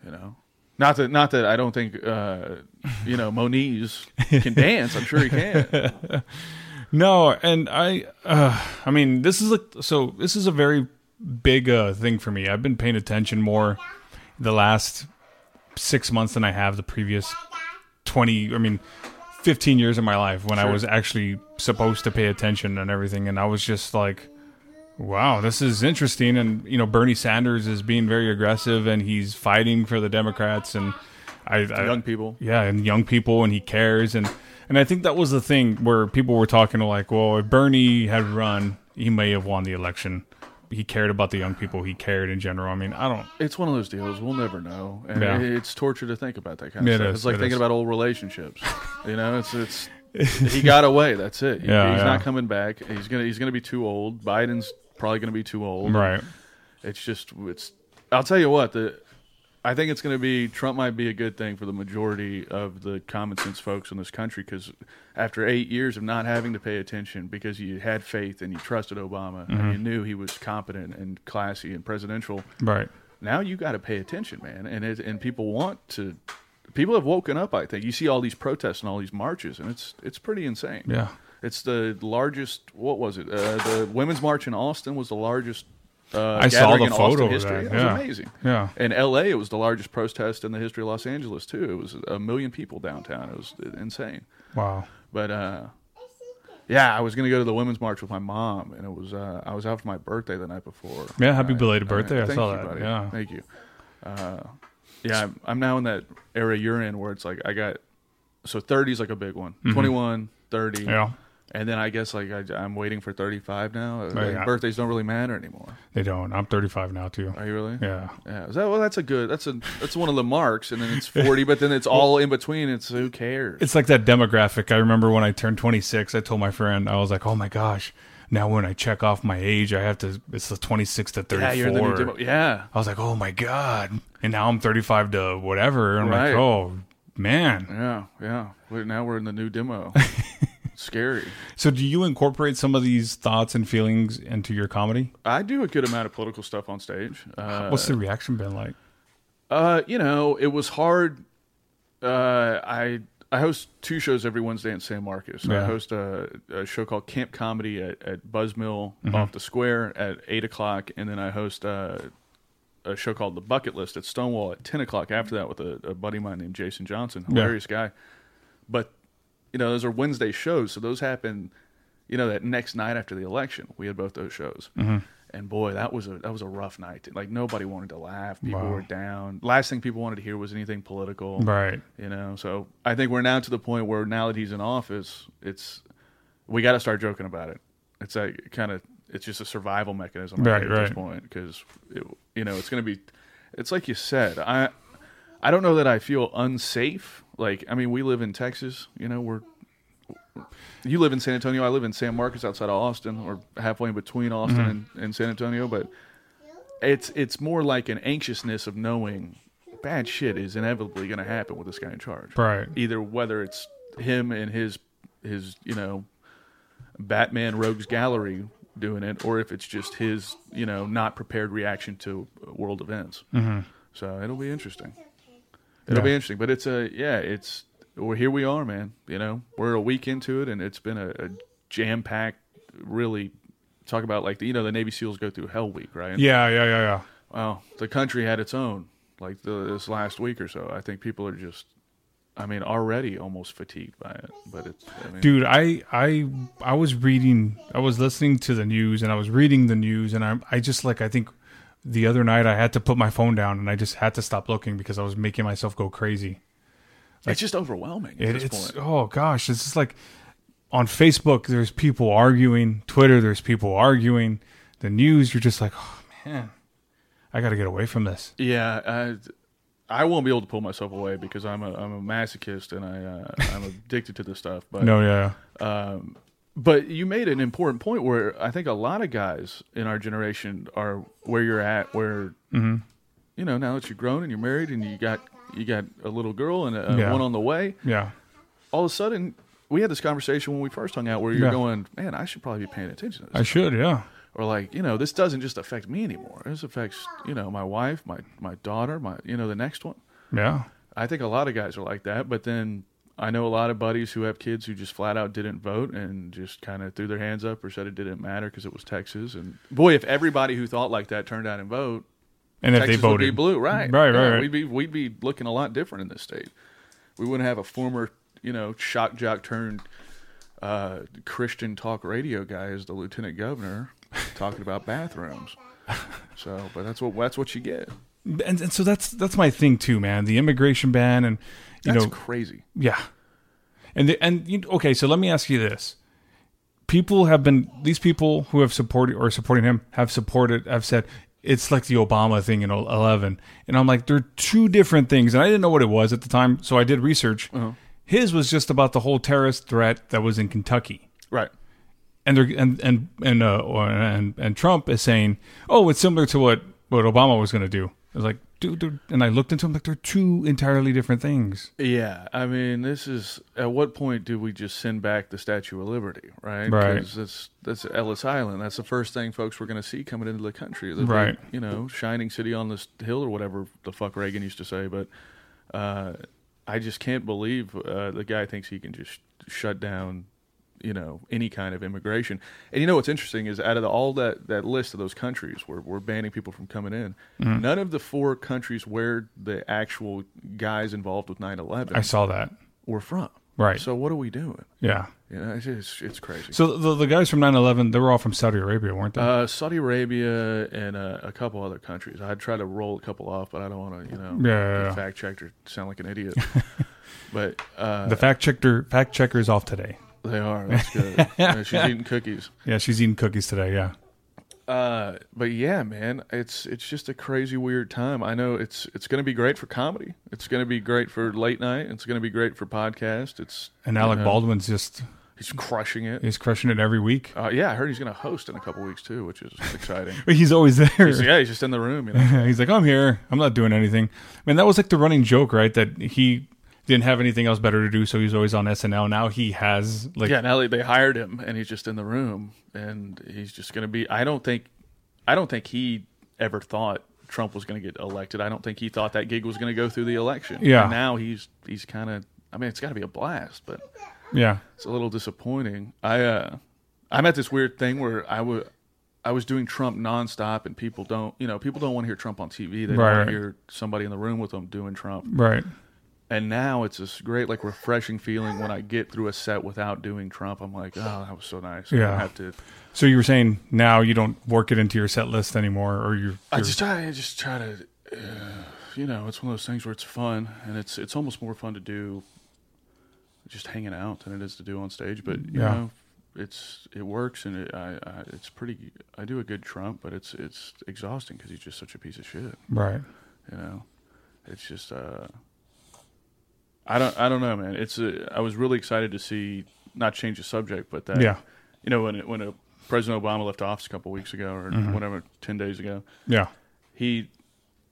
C: you know. Not that, not that I don't think, uh, you know, Moniz can dance. I'm sure he can.
B: No, and I, uh, I mean, this is a so this is a very big uh, thing for me. I've been paying attention more the last six months than I have the previous twenty. I mean, fifteen years of my life when I was actually supposed to pay attention and everything, and I was just like. Wow, this is interesting. And, you know, Bernie Sanders is being very aggressive and he's fighting for the Democrats. And I, I,
C: Young people.
B: yeah, and young people, and he cares, and and I think that was the thing where people were talking like, well, if Bernie had run, he may have won the election. He cared about the young people. He cared in general. I mean, I don't.
C: It's one of those deals we'll never know, and
B: Yeah.
C: it- it's torture to think about that kind of
B: It
C: stuff.
B: is,
C: it's like
B: it
C: thinking
B: is.
C: about old relationships. You know, it's it's he got away. That's it. He-
B: Yeah,
C: he's
B: yeah.
C: not coming back. He's gonna he's gonna be too old. Biden's probably gonna be too old.
B: Right.
C: It's just it's. I'll tell you what. The I think it's gonna be Trump might be a good thing for the majority of the common sense folks in this country because after eight years of not having to pay attention because you had faith and you trusted Obama
B: Mm-hmm.
C: and you knew he was competent and classy and presidential
B: Right.
C: now you got to pay attention, man. And it, and people want to. People have woken up. I think you see all these protests and all these marches, and it's it's pretty insane.
B: Yeah.
C: it's the largest. What was it? Uh, the women's march in Austin was the largest Uh,
B: I saw
C: gathering
B: the
C: in
B: photo
C: Austin
B: of
C: history.
B: that,
C: It was
B: yeah.
C: amazing.
B: Yeah.
C: In L.A., it was the largest protest in the history of Los Angeles too. It was a million people downtown. It was insane.
B: Wow.
C: But uh, yeah, I was gonna go to the women's march with my mom, and it was uh, I was out for my birthday the night before.
B: Yeah, happy
C: I-
B: belated birthday. I
C: thank
B: saw
C: you,
B: that,
C: buddy.
B: yeah.
C: thank you. Uh, yeah, I'm, I'm now in that era you're in where it's like I got so 30 is like a big one, 21, 30,
B: Mm-hmm. Yeah.
C: and then I guess like I, am waiting for 35 now. Like,
B: Right.
C: Birthdays don't really matter anymore.
B: They don't. I'm 35 now too.
C: Are you really?
B: Yeah.
C: Yeah, so, well, that's a good. That's a that's one of the marks, and then it's forty, but then it's all in between. It's who cares?
B: It's like that demographic. I remember when I turned 26, I told my friend, I was like, "Oh my gosh, now when I check off my age, I have to it's the 26 to 34."
C: yeah, you're in the new demo. Yeah,
B: I was like, "Oh my god." And now I'm 35 to whatever. And I'm
C: Right.
B: like, "Oh, man."
C: Yeah, yeah. We're, now we're in the new demo. Scary.
B: So do you incorporate some of these thoughts and feelings into your comedy?
C: I do a good amount of political stuff on stage. Uh,
B: What's the reaction been like?
C: uh, you know, it was hard. Uh, I I host two shows every Wednesday in San Marcos. I
B: Yeah.
C: host a, a show called Camp Comedy at, at Buzzmill
B: Mm-hmm.
C: off the square at eight o'clock, and then I host uh, a show called The Bucket List at Stonewall at ten o'clock. After that, with a, a buddy of mine named Jason Johnson, hilarious guy. But you know, those are Wednesday shows, so those happen. You know, that next night after the election, we had both those shows,
B: Mm-hmm.
C: and boy, that was a that was a rough night. Like nobody wanted to laugh. People
B: Wow.
C: were down. Last thing people wanted to hear was anything political,
B: Right.
C: You know, so I think we're now to the point where now that he's in office, it's we got to start joking about it. It's like kind of it's just a survival mechanism I
B: Right,
C: think, at this
B: right.
C: point because you know it's going to be. It's like you said, I I don't know that I feel unsafe. Like I mean, we live in Texas. You know, we're you live in San Antonio. I live in San Marcos, outside of Austin, or halfway in between Austin and, and San Antonio. But it's it's more like an anxiousness of knowing bad shit is inevitably going to happen with this guy in charge.
B: Right.
C: Either whether it's him and his his you know Batman Rogues Gallery doing it, or if it's just his you know not prepared reaction to world events. Mm-hmm. So it'll be interesting. It'll be interesting, but it's a yeah. It's well, here we are, man. You know, we're a week into it, and it's been a, a jam packed. Really, talk about like the, you know the Navy SEALs go through Hell Week, right?
B: Yeah, yeah, yeah, yeah.
C: Well, the country had its own like the, this last week or so. I think people are just, I mean, already almost fatigued by it. But it's I mean,
B: dude i i i was reading i was listening to the news and i was reading the news and i i just like i think the other night i had to put my phone down and i just had to stop looking because i was making myself go crazy
C: it's just overwhelming at
B: It-
C: this
B: it's
C: point.
B: oh gosh it's just like on facebook there's people arguing twitter there's people arguing the news you're just like oh man i gotta get away from this
C: Yeah, I, I won't be able to pull myself away because I'm a I'm a masochist and I uh, I'm addicted to this stuff. But
B: no yeah
C: but you made an important point where I think a lot of guys in our generation are where you're at, where
B: Mm-hmm.
C: you know now that you're grown and you're married and you got you got a little girl and a, a
B: Yeah.
C: one on the way.
B: yeah
C: All of a sudden, we had this conversation when we first hung out where you're
B: Yeah.
C: going, man, I should probably be paying attention to
B: i
C: this,
B: should yeah
C: or like you know this doesn't just affect me anymore. This affects you know my wife, my my daughter, my you know the next one.
B: yeah
C: I think a lot of guys are like that, but then I know a lot of buddies who have kids who just flat out didn't vote and just kind of threw their hands up or said it didn't matter because it was Texas. And boy, if everybody who thought like that turned out and vote,
B: and if
C: Texas
B: they voted
C: would be blue, right?
B: right right,
C: Yeah,
B: right.
C: We'd be we'd be looking a lot different in this state. We wouldn't have a former, you know, shock jock turned uh, Christian talk radio guy as the lieutenant governor talking about bathrooms. So, but that's what that's what you get.
B: and, and so that's that's my thing too man the immigration ban and you
C: That's
B: know
C: crazy.
B: Yeah, and the, and you, okay. So let me ask you this: People have been these people who have supported or supporting him have supported. have said it's like the Obama thing in eleven, and I'm like, they're two different things, and I didn't know what it was at the time, so I did research. His was just about the whole terrorist threat that was in Kentucky
C: Right.
B: and they're and and and uh, or, and and Trump is saying, "Oh, it's similar to what what Obama was going to do." I was like, "Dude," they're-" and I looked into him like they're two entirely different things.
C: Yeah, I mean, this is at what point do we just send back the Statue of Liberty, right?
B: Right.
C: 'Cause That's that's Ellis Island. That's the first thing folks were going to see coming into the country. The big,
B: Right.
C: you know, shining city on this hill or whatever the fuck Reagan used to say. But uh, I just can't believe uh, the guy thinks he can just shut down you know any kind of immigration. And you know what's interesting is out of the, all that that list of those countries where we're banning people from coming in,
B: Mm-hmm.
C: none of the four countries where the actual guys involved with 9/11
B: I saw that.
C: were from.
B: Right.
C: So what are we doing?
B: Yeah.
C: You know, it's it's, it's crazy.
B: So the, the guys from 9/11, they were all from Saudi Arabia, weren't they?
C: uh, Saudi Arabia and uh, a couple other countries. I'd try to roll a couple off, but I don't want to, you know,
B: Yeah, yeah, yeah.
C: get fact checked or sound like an idiot. but uh,
B: the fact checker fact checker's off today.
C: they are. That's good. Yeah, she's eating cookies.
B: Yeah, she's eating cookies today. Yeah.
C: Uh, but yeah, man, it's it's just a crazy weird time. I know it's it's going to be great for comedy. It's going to be great for late night. It's going to be great for podcast. It's
B: And Alec
C: you know,
B: Baldwin's just
C: he's crushing it.
B: he's crushing it every week.
C: Uh, yeah, I heard he's going to host in a couple weeks too, which is exciting.
B: He's always there.
C: So yeah, he's just in the room. You know.
B: He's like, I'm here. I'm not doing anything. Man, that was like the running joke, right? That he didn't have anything else better to do, so he was always on SNL. Now he has like
C: yeah now they, they hired him and he's just in the room and he's just going to be i don't think i don't think he ever thought trump was going to get elected i don't think he thought that gig was going to go through the election
B: Yeah.
C: And now he's he's kind of i mean it's got to be a blast but
B: yeah.
C: it's a little disappointing i uh i'm at this weird thing where i would I was doing Trump nonstop, and people don't, you know, people don't want to hear Trump on TV. They
B: Right,
C: want
B: right.
C: to hear somebody in the room with them doing Trump
B: Right.
C: and now it's this great like refreshing feeling when I get through a set without doing Trump. I'm like, oh, that was so nice. I
B: Yeah.
C: don't have to.
B: So you were saying now you don't work it into your set list anymore, or you're,
C: I
B: you're-
C: just try. I just try to. Uh, you know, it's one of those things where it's fun, and it's it's almost more fun to do just hanging out than it is to do on stage. But you
B: Yeah.
C: know, it's it works, and it, I, I it's pretty. I do a good Trump, but it's it's exhausting because he's just such a piece of shit.
B: right.
C: you know it's just uh i don't i don't know man it's a, i was really excited to see not change the subject but that
B: Yeah.
C: you know when when uh president obama left office a couple weeks ago or
B: Mm-hmm.
C: whatever 10 days ago
B: Yeah.
C: he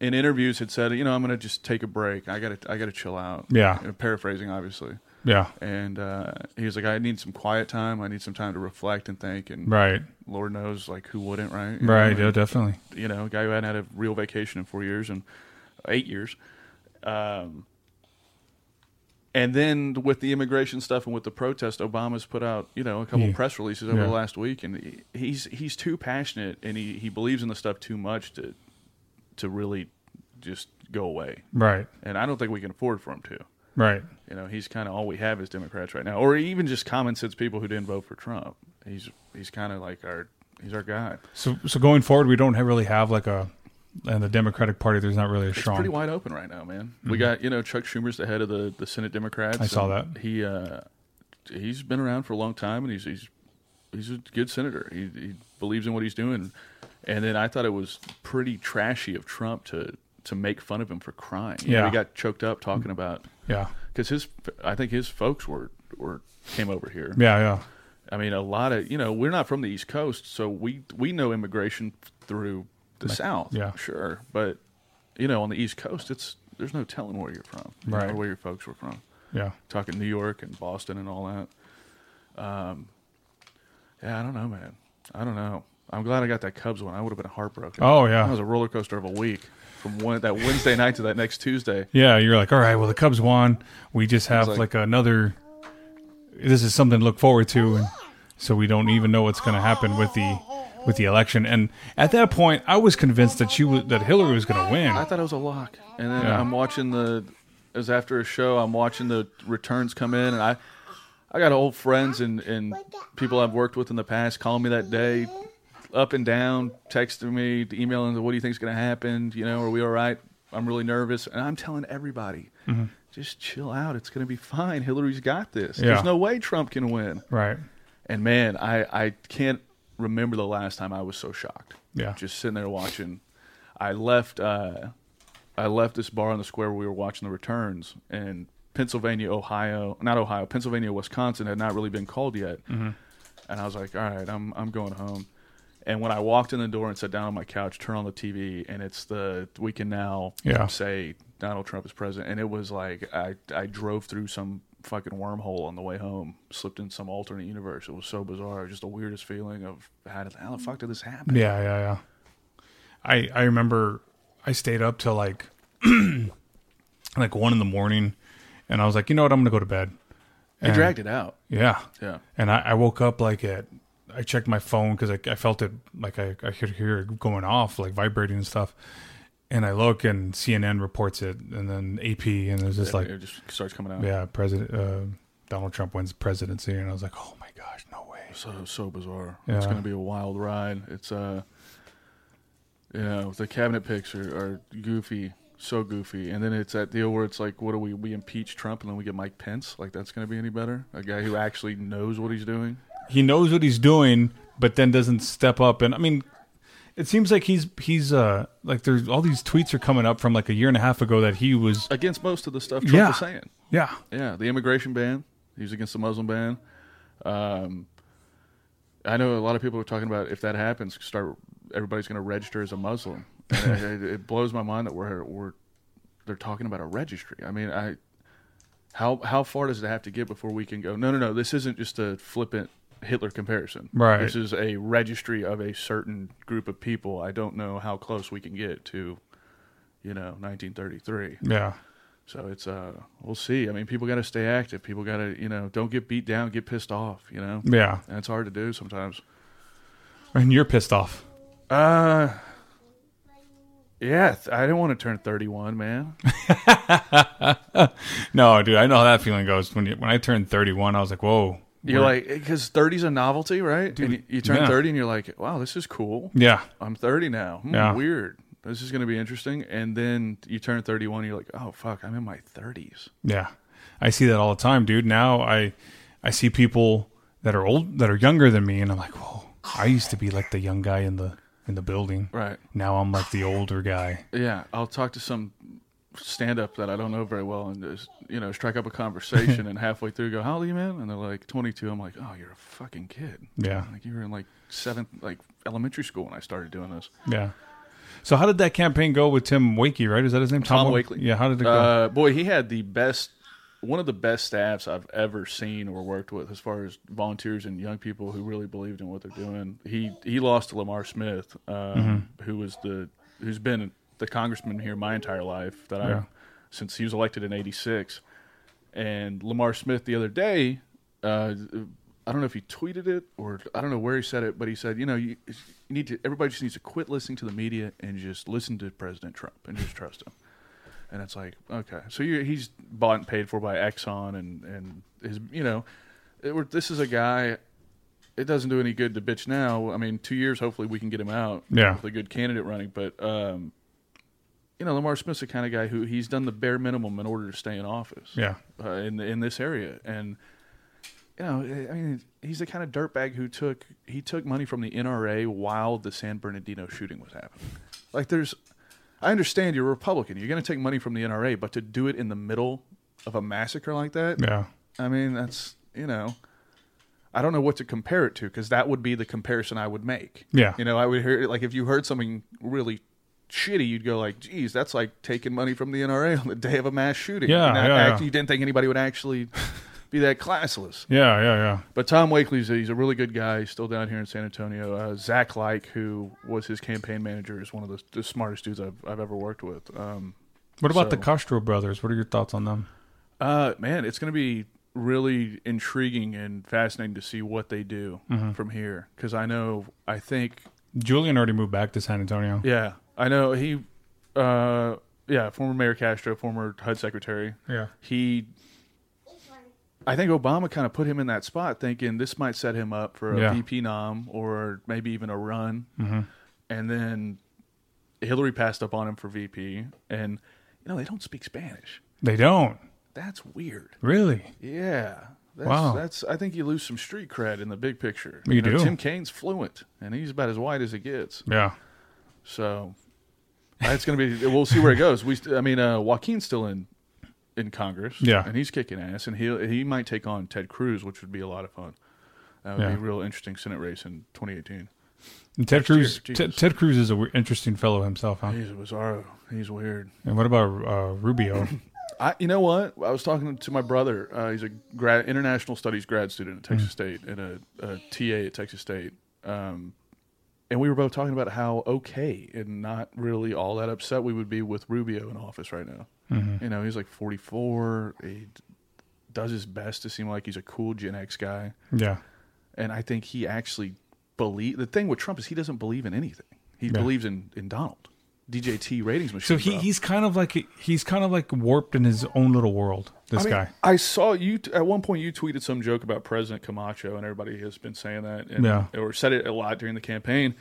C: in interviews had said you know i'm gonna just take a break i gotta i gotta chill out
B: Yeah.
C: You know, paraphrasing obviously
B: Yeah.
C: and uh, he was like i need some quiet time i need some time to reflect and think and
B: Right.
C: lord knows like who wouldn't right You know,
B: Right.
C: and-
B: Yeah. Definitely.
C: you know, a guy who hadn't had a real vacation in four years and eight years. Um, and then with the immigration stuff and with the protest, Obama's put out you know a couple
B: Yeah.
C: press releases over
B: Yeah.
C: the last week, and he- he's he's too passionate and he, he believes in the stuff too much to to really just go away.
B: Right.
C: And I don't think we can afford for him to.
B: Right.
C: You know, he's kind of all we have is Democrats right now, or even just common sense people who didn't vote for Trump. He's he's kind of like our he's our guy.
B: So so going forward, we don't have really have like a and the Democratic Party. There's not really a
C: It's pretty
B: strong. Mm-hmm.
C: wide open right now, man. We got you know Chuck Schumer's the head of the, the Senate Democrats.
B: I saw
C: and
B: that.
C: he uh, he's been around for a long time, and he's he's he's a good senator. He, he believes in what he's doing. And then I thought it was pretty trashy of Trump to to make fun of him for crying. You know,
B: Yeah.
C: he got choked up talking about
B: Yeah.
C: because his I think his folks were were came over here.
B: Yeah. Yeah.
C: I mean, a lot of you know, we're not from the East Coast, so we we know immigration through the South.
B: yeah.
C: sure, but you know, on the East Coast, it's there's no telling where you're from, you know,
B: Right.
C: or where your folks were from.
B: Yeah.
C: Talking New York and Boston and all that. Um, yeah, I don't know, man. I don't know. I'm glad I got that Cubs one. I would have been heartbroken.
B: Oh, yeah.
C: that was a roller coaster of a week from one, that Wednesday night to that next Tuesday.
B: Yeah. You're like, all right. Well, the Cubs won. We just have
C: like-
B: like, another. This is something to look forward to, and so we don't even know what's going to happen with the with the election. And at that point, I was convinced that she was that Hillary was going to win.
C: I thought it was a lock. And then
B: Yeah.
C: I'm watching the it was after a show, I'm watching the returns come in and I I got old friends and, and people I've worked with in the past calling me that day up and down, texting me, emailing what do you think's gonna happen, you know, are we all right? I'm really nervous and I'm telling everybody just chill out. It's gonna be fine. Hillary's got this.
B: Mm-hmm. Yeah.
C: There's no way Trump can win.
B: Right.
C: And man, I, I can't remember the last time I was so shocked.
B: Yeah.
C: Just sitting there watching. I left uh, I left this bar on the square where we were watching the returns and Pennsylvania, Ohio, not Ohio, Pennsylvania, Wisconsin had not really been called yet.
B: Mm-hmm.
C: And I was like, all right, I'm I'm going home. And when I walked in the door and sat down on my couch, turn on the TV, and it's the we can now
B: Yeah.
C: say Donald Trump is president. And it was like I I drove through some fucking wormhole on the way home, slipped in some alternate universe. It was so bizarre. It was just the weirdest feeling of how, did, how the fuck did this happen?
B: Yeah, yeah, yeah. I I remember I stayed up till like like one in the morning, and I was like, you know what, I'm gonna go to bed.
C: They dragged it out.
B: Yeah.
C: Yeah.
B: And I, I woke up like at, I checked my phone because I, I felt it like I, I could hear it going off, like vibrating and stuff. And I look and CNN reports it and then AP and it's just like,
C: it just starts coming out.
B: yeah, President, uh, Donald Trump wins the presidency. And I was like, oh my gosh, no way.
C: So so bizarre. It's
B: Yeah.
C: going to be a wild ride. It's uh, you know, the cabinet picks are, are goofy, so goofy. And then it's that deal where it's like, what do we we impeach Trump and then we get Mike Pence? Like that's going to be any better? A guy who actually knows what he's doing.
B: he knows what he's doing, but then doesn't step up. And I mean, it seems like he's he's uh like there's all these tweets are coming up from like a year and a half ago that he was
C: against most of the stuff Trump
B: Yeah.
C: is saying.
B: yeah
C: Yeah, the immigration ban. He was against the Muslim ban. Um, I know a lot of people are talking about if that happens, start everybody's going to register as a Muslim. And it, it- it blows my mind that we're we're they're talking about a registry. I mean, I how how far does it have to get before we can go? No, no, no. This isn't just a flippant Hitler comparison.
B: Right.
C: This is a registry of a certain group of people. I don't know how close we can get to, you know, 1933.
B: yeah
C: So it's uh, we'll see. I mean, people got to stay active. People got to you know don't get beat down, get pissed off. You know,
B: yeah.
C: and it's hard to do sometimes.
B: And you're pissed off.
C: Uh, yeah, th- I didn't want to turn thirty-one, man.
B: No, dude, I know how that feeling goes. When you, when I turned 31, I was like, whoa.
C: You're
B: we're-
C: like because thirty's a novelty, right? and you, you turn
B: yeah.
C: thirty, and you're like, wow, this is cool.
B: yeah,
C: I'm thirty now. Hmm,
B: Yeah.
C: Weird. This is going to be interesting. And then you turn thirty-one, and you're like, oh fuck, I'm in my thirties.
B: yeah. I see that all the time, dude. Now I I see people that are old that are younger than me, and I'm like, whoa. I used to be like the young guy in the in the building.
C: Right.
B: Now I'm like the older guy.
C: Yeah, I'll talk to some stand up that I don't know very well and just, you know, strike up a conversation and halfway through go, How old are you, man? And they're like, 22. I'm like, Oh, you're a fucking kid.
B: Yeah.
C: Like, you were in like seventh, like elementary school when I started doing this.
B: Yeah. So how did that campaign go with Tim Wakey, right? Is that his name?
C: Tom
B: Wa-
C: Wakely.
B: Yeah, how did it go?
C: Uh, boy, he had the best, one of the best staffs I've ever seen or worked with as far as volunteers and young people who really believed in what they're doing. He he lost to Lamar Smith, um,
B: Mm-hmm.
C: who was the who's been the congressman here my entire life that I since he was elected in '86. And Lamar Smith the other day, uh, I don't know if he tweeted it or I don't know where he said it, but he said, you know, you, you need to everybody just needs to quit listening to the media and just listen to President Trump and just trust him. And it's like, okay, so you he's bought and paid for by Exxon and and his, you know, it, we're, this is a guy. It doesn't do any good to bitch now. I mean, two years, hopefully we can get him out
B: Yeah.
C: with a good candidate running. But um, you know, Lamar Smith's the kind of guy who he's done the bare minimum in order to stay in office.
B: yeah.
C: uh, in in this area and. You know, I mean, he's the kind of dirtbag who took he took money from the NRA while the San Bernardino shooting was happening. Like, there's I understand you're a Republican. You're going to take money from the NRA, but to do it in the middle of a massacre like that,
B: Yeah.
C: I mean, that's, you know, I don't know what to compare it to because that would be the comparison I would make.
B: Yeah.
C: You know, I would hear, like, if you heard something really shitty, you'd go, like, geez, that's like taking money from the NRA on the day of a mass shooting.
B: Yeah,
C: And that
B: yeah,
C: act-
B: yeah.
C: You didn't think anybody would actually be that classless.
B: Yeah, yeah, yeah.
C: But Tom Wakely's he's a really good guy. He's still down here in San Antonio. Uh, Zach Like, who was his campaign manager, is one of the, the smartest dudes I've, I've ever worked with. Um,
B: What about the
C: So-
B: Castro brothers? What are your thoughts on them?
C: uh, man, it's going to be really intriguing and fascinating to see what they do
B: Mm-hmm.
C: from here. Because I know, I think,
B: Julian already moved back to San Antonio.
C: yeah, I know he, uh, yeah, former Mayor Castro, former HUD secretary.
B: Yeah.
C: he I think Obama kind of put him in that spot thinking this might set him up for a
B: Yeah. Mm-hmm.
C: VP nom or maybe even a run. And then Hillary passed up on him for VP and you know they don't speak Spanish.
B: They don't.
C: That's weird.
B: Really?
C: Yeah. That's,
B: Wow.
C: That's I think you lose some street cred in the big picture.
B: You do.
C: Tim Kaine's fluent and he's about as white as it gets.
B: Yeah.
C: So that's going to be. We'll see where it goes. We, st- I mean, uh, Joaquin's still in in Congress,
B: Yeah.
C: and he's kicking ass, and he he might take on Ted Cruz, which would be a lot of fun. That would be
B: Yeah.
C: a real interesting Senate race in 2018.
B: And Ted Cruz.
C: year,
B: Ted
C: Jesus.
B: Ted Cruz is an w- interesting fellow himself, huh?
C: He's a bizarro. He's weird.
B: And what about uh, Rubio?
C: I, you know what? I was talking to my brother. Uh, he's a grad, international studies grad student at
B: Mm.
C: Texas State and a, a TA at Texas State. Um, and we were both talking about how okay and not really all that upset
B: Mm-hmm.
C: we would be with Rubio in office right now. You know, he's like 44. He d- does his best to seem like he's a cool Gen X guy,
B: Yeah.
C: and I think he actually believe the thing with Trump is he doesn't believe in anything. He believes in in Donald. DJT ratings
B: So
C: machine.
B: he,
C: bro.
B: he's kind of like he's kind of like warped in his own little world. This
C: I mean,
B: guy.
C: I saw you t- at one point. You tweeted some joke about President Camacho, and everybody has been saying that, and,
B: Yeah.
C: or said it a lot during the campaign.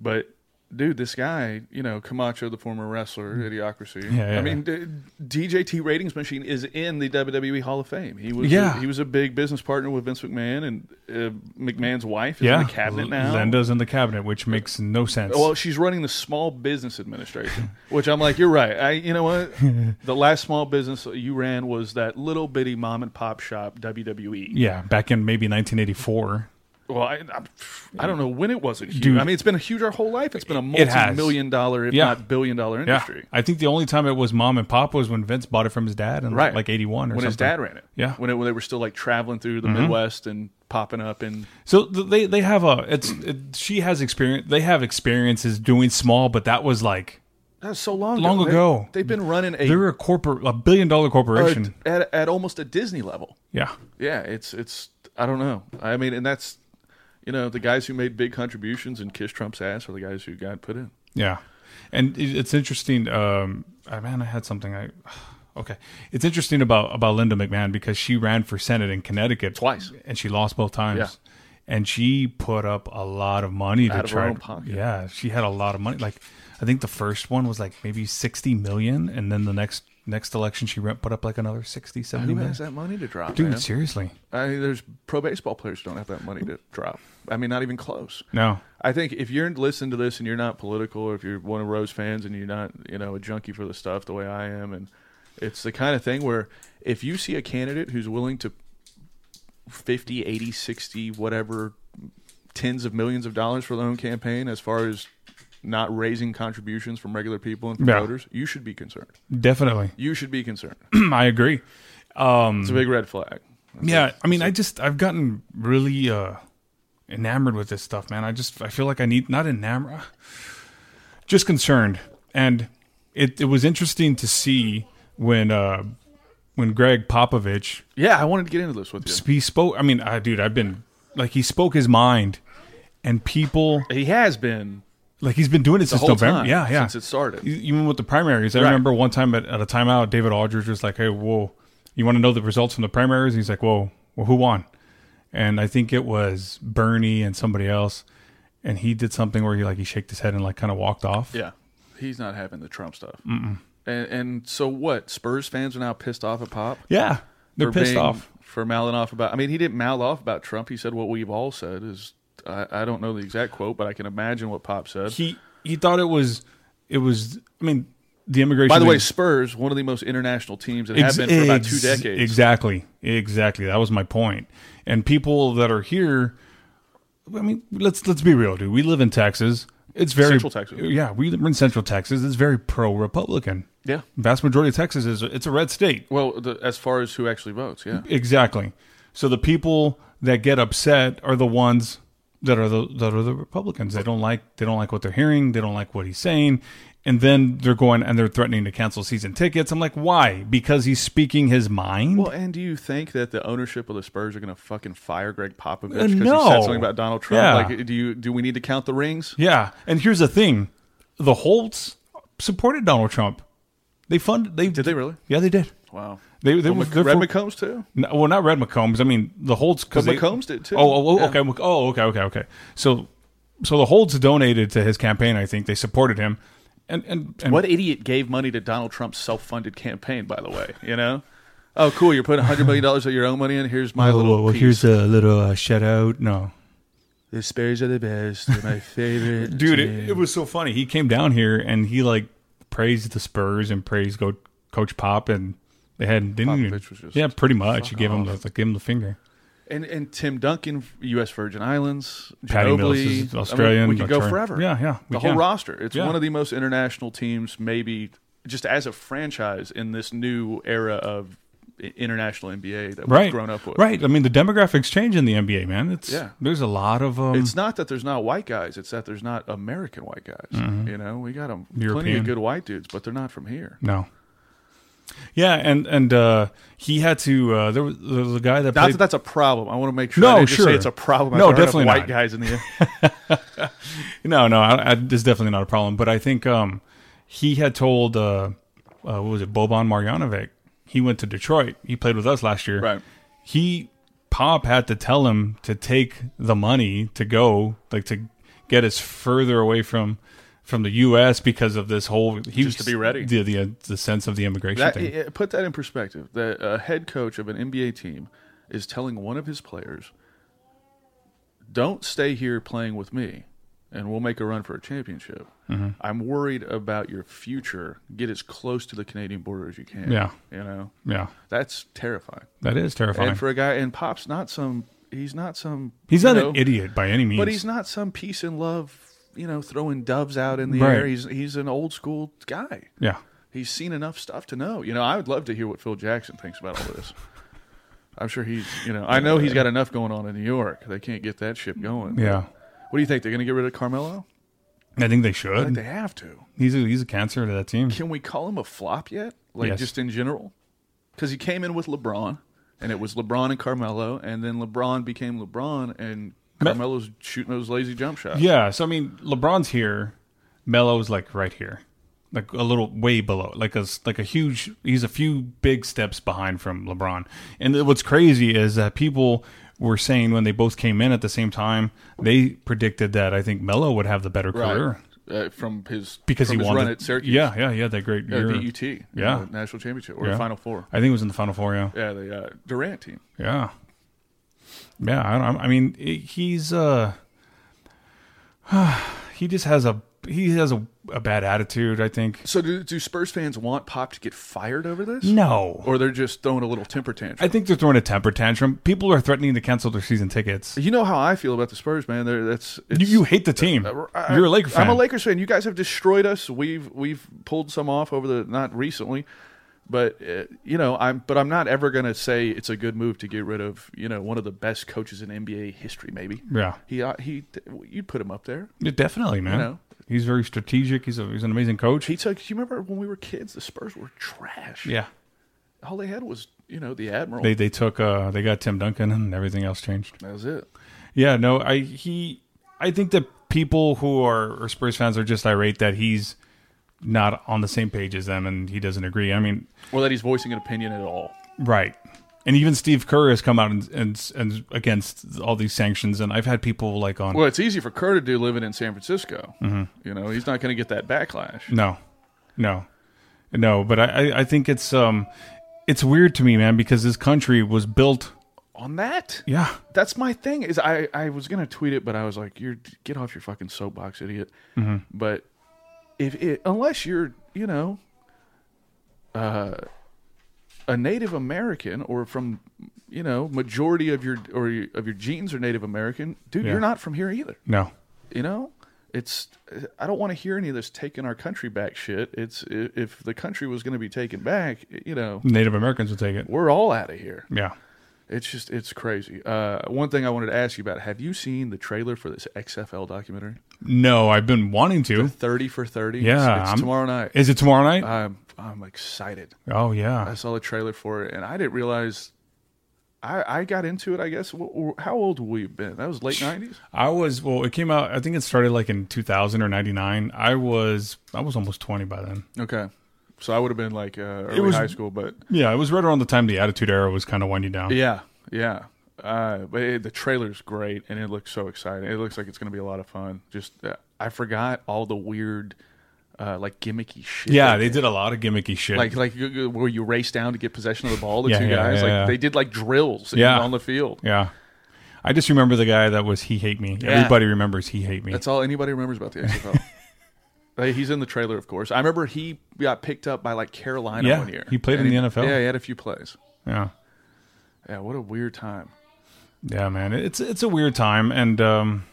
C: But dude, this guy, you know, Camacho, the former wrestler, Idiocracy.
B: Mm. Yeah, yeah.
C: I mean, d- DJT ratings machine is in the WWE Hall of Fame. He was,
B: Yeah.
C: he was a big business partner with Vince McMahon, and uh, McMahon's wife is
B: yeah.
C: in the cabinet
B: L-
C: now.
B: Linda's in the cabinet, which makes no sense.
C: Well, she's running the Small Business Administration, which I'm like, you're right. I, you know what? The last small business you ran was that little bitty mom and pop shop WWE.
B: yeah, back in maybe 1984.
C: Well, I, I'm, I don't know when it wasn't huge.
B: Dude.
C: I mean, it's been huge our whole life. It's been a
B: It has.
C: multi-million dollar, if
B: Yeah.
C: not billion dollar
B: Yeah,
C: industry.
B: I think the only time it was mom and pop was when Vince bought it from his dad in
C: Right.
B: like 81 or
C: when
B: something.
C: his dad ran it.
B: Yeah. Mm-hmm.
C: When, it, when they were still like traveling through the Midwest and popping up and
B: So th- they they have a it's it, she has experience. They have experiences doing small, but that was like
C: that's so long
B: Long
C: ago. They-
B: ago.
C: They've been running a,
B: they're a corporate a billion dollar corporation.
C: a- at at almost a Disney level.
B: yeah,
C: yeah, it's it's I don't know. I mean, and that's you know the guys who made big contributions and kissed Trump's ass are the guys who got put in.
B: Yeah, and it, it's interesting. Um, I man, I had something. I okay. It's interesting about about Linda McMahon because she ran for senate in Connecticut
C: Twice.
B: and she lost both times.
C: Yeah.
B: And she put up a lot of money to
C: Out of her
B: try.
C: own pocket.
B: Yeah, she had a lot of money. Like I think the first one was like maybe sixty million, and then the next next election she re- put up like another 60, 70
C: Who
B: million.
C: has that money to drop,
B: Dude,
C: man?
B: seriously,
C: I mean, there's pro baseball players don't have that money to drop. I mean, not even close.
B: no.
C: I think if you're listening to this and you're not political, or if you're one of Rose fans and you're not, you know, a junkie for the stuff the way I am, and it's the kind of thing where if you see a candidate who's willing to 50, 80, 60, whatever, tens of millions of dollars for their own campaign as far as not raising contributions from regular people and from
B: Yeah.
C: voters, you should be concerned.
B: Definitely,
C: You should be concerned.
B: I agree.
C: It's a big red flag.
B: yeah i mean i just i've gotten really uh enamored with this stuff man i just i feel like i need not enamored ah, just concerned and it it was interesting to see when uh when greg popovich
C: Yeah, I wanted to get into this with you.
B: he spoke i mean I, dude i've been like he spoke his mind and people
C: He has been
B: like he's been doing it since
C: whole
B: November.
C: time,
B: yeah, yeah.
C: since it starstarted.
B: E- Even with the primaries, I
C: Right.
B: remember one time at, at a timeout, David Aldridge was like, "Hey, whoa, you want to know the results from the primaries?" He's like, "Whoa, well, who won?" And I think it was Bernie and somebody else, and he did something where he like he shaked his head and like kind of walked off.
C: Yeah, he's not having the Trump stuff. And, and so what? Spurs fans are now pissed off at Pop.
B: yeah, they're
C: for
B: pissed
C: being-
B: off.
C: for mouthing off about. I mean, he didn't mouth off about Trump. He said what we've all said is. I, I don't know the exact quote, but I can imagine what Pop said.
B: He he thought it was it was. I mean, the immigration.
C: By the way,
B: is-
C: Spurs, one of the most international teams that
B: Ex-
C: have been for about two
B: ex-
C: decades.
B: Exactly. Exactly. That was my point. And people that are here, I mean, let's let's be real, dude. We live in Texas. It's very
C: Central Texas.
B: Yeah, we live in Central Texas. It's very pro Republican.
C: Yeah.
B: Vast majority of Texas is it's a red state.
C: Well, the, as far as who actually votes, yeah.
B: Exactly. So the people that get upset are the ones that are the that are the Republicans. They don't like they don't like what they're hearing. They don't like what he's saying, and then they're going and they're threatening to cancel season tickets. I'm like, why? Because he's speaking his mind.
C: Well, and do you think that the ownership of the Spurs are going to fucking fire Greg Popovich because
B: no.
C: he said something about Donald Trump?
B: Yeah.
C: Like, do you do we need to count the rings?
B: Yeah, and here's the thing: the Holtz supported Donald Trump. They funded. They
C: Did they really?
B: Yeah, they did.
C: Wow.
B: They they
C: Well,
B: were
C: Mc-
B: they're
C: Red
B: for-
C: McCombs too.
B: No, well, not Red McCombs. I mean the Holtz because
C: But McCombs did, too.
B: Oh, oh, oh,
C: Yeah.
B: okay. Mc- Oh, okay, okay, okay. So, so the Holtz donated to his campaign. I think they supported him, and and, and
C: What idiot gave money to Donald Trump's self-funded campaign? By the way, you know. Oh, cool! You're putting hundred million dollars of your own money in. Here's my
B: Oh,
C: little.
B: well,
C: piece.
B: here's a little uh, shout out. No,
C: the Spurs are the best. They're my favorite.
B: dude
C: team.
B: it, it was so funny he came down here and he like praised the spurs and praised go coach pop and they had didn't even,
C: Popovich was just
B: yeah pretty much he gave him the like, give him the finger
C: and and Tim Duncan, U.S. Virgin Islands,
B: Patty
C: Ginobili,
B: Mills is
C: I mean,
B: Australian,
C: we could go
B: Australian.
C: forever.
B: Yeah, yeah, we
C: the whole
B: can.
C: roster. It's
B: Yeah.
C: one of the most international teams, maybe just as a franchise in this new era of i- international NBA that we've
B: right
C: grown up with.
B: right i mean the demographics change in the nba man it's
C: Yeah.
B: there's a lot of um
C: It's not that there's not white guys; it's that there's not American white guys. You know, we got 'em- plenty
B: Mm-hmm. European.
C: of good white dudes, but they're not from here.
B: no Yeah, and and uh, he had to. Uh, there, was, there was a guy that
C: Not
B: played.
C: that that's a problem. I want to make sure.
B: No,
C: I didn't just
B: sure.
C: Say it's a problem.
B: No,
C: There aren't enough
B: definitely
C: White
B: not.
C: guys in the
B: No, no, I, I, it's definitely not a problem. But I think um, he had told uh, uh, what was it, Boban Marjanovic. He went to Detroit. He played with us last year.
C: Right.
B: He Pop had to tell him to take the money to go, like to get us further away from from the U.S. because of this whole. He
C: Just to be ready.
B: The the, the sense of the immigration
C: that,
B: thing.
C: yeah, put that in perspective. The uh, head coach of an NBA team is telling one of his players, "Don't stay here playing with me, and we'll make a run for a championship.
B: Mm-hmm.
C: I'm worried about your future. Get as close to the Canadian border as you can.
B: Yeah.
C: you know
B: yeah,
C: that's terrifying.
B: that is terrifying.
C: And for a guy, and Pop's not some. He's not some.
B: he's
C: you
B: not
C: know,
B: an idiot by any means.
C: But he's not some peace and love. You know, throwing doves out in the
B: Right.
C: air. He's he's an old school guy
B: Yeah.
C: he's seen enough stuff to know. You know, I would love to hear what Phil Jackson thinks about all this. I'm sure he's, you know, I know he's got enough going on in New York. They can't get that ship going.
B: Yeah.
C: What do you think? They're going to get rid of Carmelo?
B: I think they
C: I think
B: should.
C: they have to.
B: He's a, he's a cancer to that team.
C: Can we call him a flop yet? Like
B: Yes.
C: just in general? Because he came in with LeBron, and it was LeBron and Carmelo, and then LeBron became LeBron, and
B: Ma-
C: Carmelo's shooting those lazy jump shots.
B: Yeah, so I mean, LeBron's here, Melo's like right here, like a little way below, like a s- like a huge. He's a few big steps behind from LeBron. And th- what's crazy is that people were saying when they both came in at the same time, they predicted that I think Melo would have the better
C: Right.
B: career
C: Uh, from his
B: because
C: from
B: he
C: his
B: won
C: run
B: the-
C: at Syracuse,
B: Yeah, yeah, yeah, that great
C: uh,
B: year.
C: DUT, you
B: Yeah.
C: know, national championship or
B: Yeah.
C: Final Four.
B: I think it was in the final four. Yeah,
C: Yeah, the uh, Durant team.
B: yeah, yeah. I don't. I mean, i- he's uh, he just has a he has a, a bad attitude. I think.
C: So do, do Spurs fans want Pop to get fired over this?
B: No.
C: Or they're just throwing a little temper tantrum?
B: I think they're throwing a temper tantrum. People are threatening to cancel their season tickets. You,
C: you know how I feel about the Spurs, man. They're, that's it's,
B: you hate the team.
C: Uh, I-
B: You're a Laker fan.
C: I'm a Lakers fan. You guys have destroyed us. We've we've pulled some off over the not recently, but uh, you know I'm but I'm not ever going to say it's a good move to get rid of you know one of the best coaches in NBA history. Maybe
B: Yeah.
C: he uh, he you'd put him up there.
B: Yeah, definitely, man.
C: know.
B: He's very strategic. He's a, he's an amazing coach.
C: He took. You remember when we were kids, the Spurs were trash.
B: yeah.
C: all they had was you know the admiral.
B: They they took uh they got Tim Duncan and everything else changed.
C: that was it.
B: Yeah, no, I he I think that people who are, are Spurs fans are just irate that he's not on the same page as them and he doesn't agree. I mean,
C: or that he's voicing an opinion at all.
B: Right. And even Steve Kerr has come out and, and and against all these sanctions, and I've had people like on
C: Well, it's easy for Kerr to do living in San Francisco.
B: Mm-hmm.
C: You know, he's not going to get that backlash.
B: No, no, no. But I, I, I think it's um, it's weird to me, man, because this country was built.
C: On that,
B: Yeah,
C: that's my thing. Is I I was going to tweet it, but I was like, "You're get off your fucking soapbox, idiot." But if it, unless you're you know, uh, a Native American or from you know majority of your or your, of your genes are Native American, dude,
B: Yeah.
C: you're not from here either.
B: no,
C: you know it's i don't want to hear any of this taking our country back shit it's i- if the country was going to be taken back you know
B: Native Americans would take it.
C: we're all out of here
B: Yeah,
C: it's just it's crazy uh, one thing i wanted to ask you about have you seen the trailer for this xfl documentary
B: no, I've been wanting to.
C: 30 for 30
B: Yeah,
C: it's, it's
B: I'm-
C: tomorrow night
B: Is it tomorrow night?
C: I'm, I'm excited
B: oh
C: i
B: yeah,
C: saw the trailer for it and i didn't realize i, I got into it i guess Wh- wh- how old were you been that was late 90s
B: I was. Well, it came out. I think it started like in two thousand or ninety nine. I was. I was almost twenty by then.
C: okay so i would have been like uh, early
B: was-
C: high school but
B: Yeah, it was right around the time the Attitude Era was kind of winding down.
C: Yeah, yeah. Uh, but it, the trailer's great, and it looks so exciting. It looks like it's going to be a lot of fun. Just uh, I forgot all the weird, uh, like gimmicky shit.
B: Yeah,
C: they,
B: they did a lot of gimmicky shit.
C: like like you- you- where you race down to get possession of the ball. The
B: Yeah,
C: two
B: yeah,
C: guys,
B: yeah,
C: like
B: yeah.
C: they did like drills in-
B: Yeah.
C: on the field.
B: yeah. I just remember the guy that was he hate me. Everybody remembers he hate me.
C: That's all anybody remembers about the XFL. Like, He's in the trailer, of course. I remember he got picked up by like Carolina
B: Yeah,
C: one year.
B: he played
C: And
B: in the NFL.
C: Yeah, he had a few plays.
B: yeah.
C: Yeah, what a weird time.
B: Yeah, man, it's it's a weird time, and um,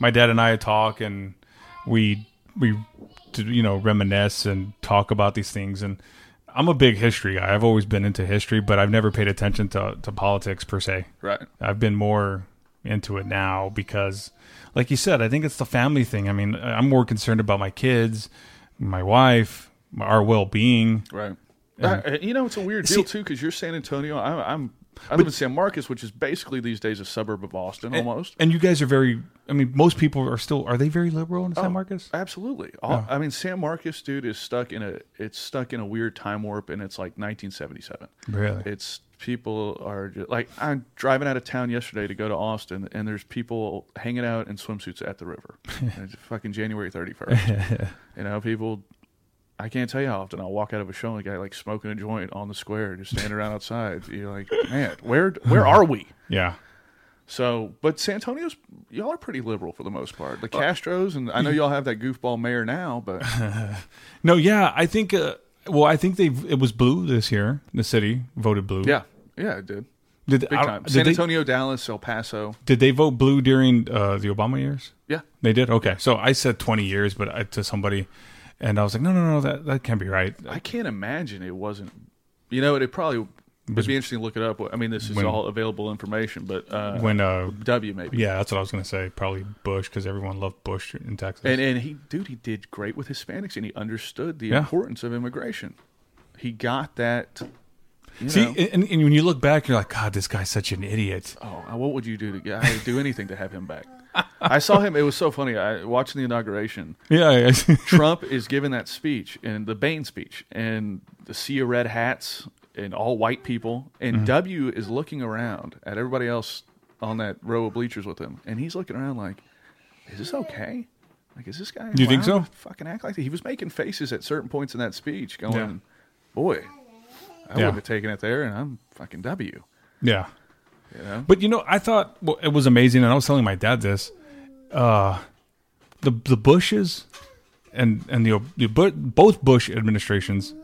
B: my dad and I talk, and we we do- you know reminisce and talk about these things. And I'm a big history guy. I've always been into history, but I've never paid attention to to politics per se.
C: Right.
B: I've been more into it now because, like you said, I think it's the family thing. I mean, I'm more concerned about my kids, my wife, my- our well being
C: Right. I- Uh, you know, it's a weird deal too because you're San Antonio. I, I'm I live in San Marcos, which is basically these days a suburb of Austin almost.
B: And you guys are very. I mean, most people are still. Are they very liberal in
C: Oh.
B: San Marcos?
C: Absolutely. All, I mean, San Marcos, dude, is stuck in a it's stuck in a weird time warp, and it's like 1977.
B: Really?
C: It's people are just, like I'm driving out of town yesterday to go to Austin, and there's people hanging out in swimsuits at the river. And it's fucking January 31st. you know, people. I can't tell you how often I'll walk out of a show and a guy like smoking a joint on the square, just standing around outside. You're like, man, where where are we?
B: Yeah.
C: So, but San Antonio's y'all are pretty liberal for the most part.
B: Uh,
C: The Castros, and I know y'all have that goofball mayor now, but
B: No, yeah, I think. Uh, well, I think they it was blue this year. The city voted blue.
C: yeah, yeah, it did
B: Did,
C: big
B: I-
C: time.
B: did
C: San
B: they,
C: Antonio, Dallas, El Paso,
B: did they vote blue during uh, the Obama years?
C: yeah,
B: They did. Okay, so I said twenty years, but I, to somebody, and I was like, no, no, no, that that can't be right.
C: I can't imagine it wasn't. You know, it probably it'd be interesting to look it up. I mean, this is
B: When-
C: all available information, but uh,
B: When uh,
C: W maybe,
B: yeah, that's what I was gonna say. Probably Bush because everyone loved Bush in Texas.
C: and and he, dude, he did great with Hispanics, and he understood the
B: Yeah.
C: importance of immigration. He got that. You
B: See,
C: know,
B: and, and when you look back, you're like, God, this guy's such an idiot.
C: Oh, what would you do to get? I would do anything to have him back. I saw him. It was so funny. I watching the inauguration.
B: Yeah, yeah.
C: Trump is giving that speech and the Bain speech and the sea of red hats and all white people. And W is looking around at everybody else on that row of bleachers with him, and he's looking around like, "Is this okay? Like, is this guy?
B: You think
C: allowed
B: so?
C: to Fucking act like that." He was making faces at certain points in that speech, going,
B: Yeah.
C: "Boy, I
B: Yeah.
C: would have taken it there, and I'm fucking W."
B: Yeah.
C: know?
B: But you know, I thought well, it was amazing, and I was telling my dad this. Uh, the the Bushes and and the, the Bu- both Bush administrations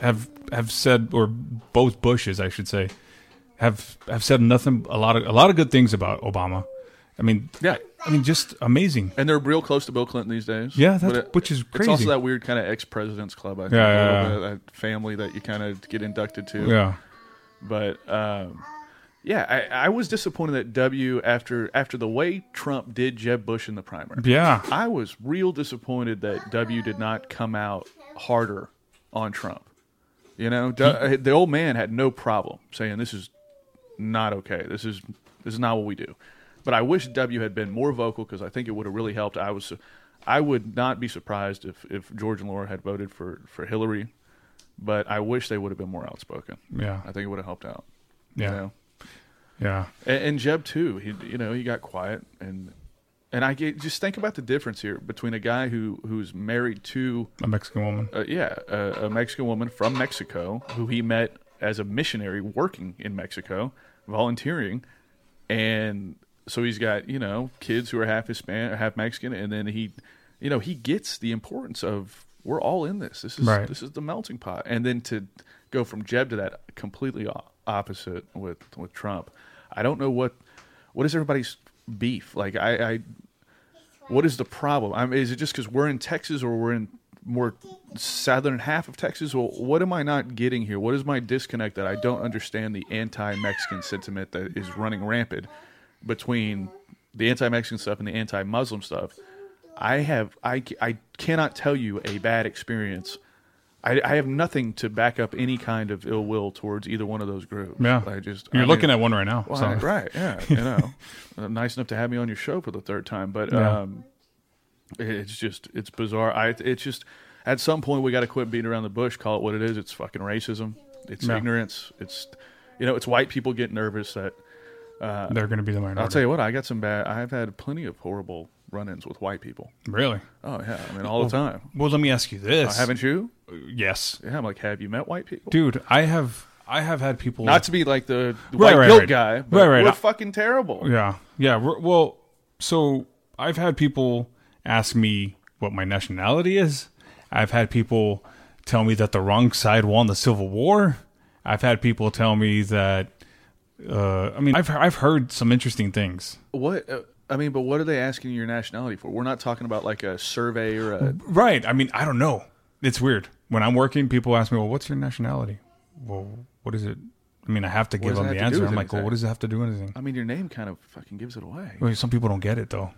B: have have said, or both Bushes, I should say, have have said nothing a lot of a lot of good things about Obama. I mean,
C: Yeah.
B: I mean, just amazing.
C: And they're real close to Bill Clinton these days.
B: Yeah, that's-
C: But
B: which is
C: It's
B: crazy.
C: also that weird kind of ex presidents club. I think,
B: Yeah,
C: a
B: yeah,
C: little
B: yeah.
C: bit, that family that you kind of get inducted to.
B: Yeah,
C: But um, yeah, I, I was disappointed that W after after the way Trump did Jeb Bush in the primary.
B: yeah,
C: I was real disappointed that W did not come out harder on Trump. You know, Du- the old man had no problem saying this is not okay. This is this is not what we do. But I wish W had been more vocal because I think it would have really helped. I was, I would not be surprised if if George and Laura had voted for for Hillary, but I wish they would have been more outspoken.
B: Yeah.
C: I think it would have helped out.
B: Yeah.
C: You know?
B: yeah.
C: And, and Jeb too. He you know he got quiet and and I get, just think about the difference here between a guy who who's married to
B: A Mexican woman.
C: uh, yeah a, a Mexican woman from Mexico who he met as a missionary working in Mexico, volunteering, and so he's got you know kids who are half Hispanic, half Mexican, and then he you know he gets the importance of we're all in this. This is
B: Right.
C: this is the melting pot, and then to go from Jeb to that completely o- opposite with with Trump. I don't know what what is everybody's beef like. I, I what is the problem? I mean, is it just because we're in Texas or we're in more southern half of Texas? Well, what am I not getting here? What is my disconnect that I don't understand the anti-Mexican sentiment that is running rampant between the anti-Mexican stuff and the anti-Muslim stuff? I have I, ca- I cannot tell you a bad experience. I, I have nothing to back up any kind of ill will towards either one of those groups.
B: Yeah,
C: I just
B: you're
C: I
B: looking
C: mean-
B: at one right now.
C: well,
B: so-
C: I- right, yeah, you know, Uh, nice enough to have me on your show for the third time, but
B: Yeah.
C: um, it- it's just it's bizarre. I it's just at some point we got to quit beating around the bush. Call it what it is. It's fucking racism. It's
B: Yeah.
C: ignorance. It's you know, it's white people get nervous that
B: They're going to be the minority.
C: I'll tell you what. I got some bad. I've had plenty of horrible run-ins with white people.
B: Really?
C: Oh yeah, I mean all the time. Uh,
B: Well, let me ask you this.
C: Haven't you?
B: yes.
C: Yeah, I'm like, have you met white people?
B: dude i have i have had people
C: Not to be like the
B: Right,
C: white
B: right,
C: guilt
B: right.
C: guy, but
B: Right, right.
C: we're
B: I-
C: fucking terrible.
B: yeah yeah we're- well so i've had people ask me what my nationality is i've had people tell me that the wrong side won the civil war i've had people tell me that uh, i mean I've, I've heard some interesting things
C: What uh, I mean, but what are they asking your nationality for? We're not talking about like a survey or a.
B: right i mean i don't know it's weird when i'm working people ask me well what's your nationality well what is it i mean i have to give
C: does it
B: them the
C: have to
B: answer
C: do with
B: i'm like well
C: anything?
B: what does it have to do with anything
C: I mean, your name kind of fucking gives it away.
B: Well, some people don't get it though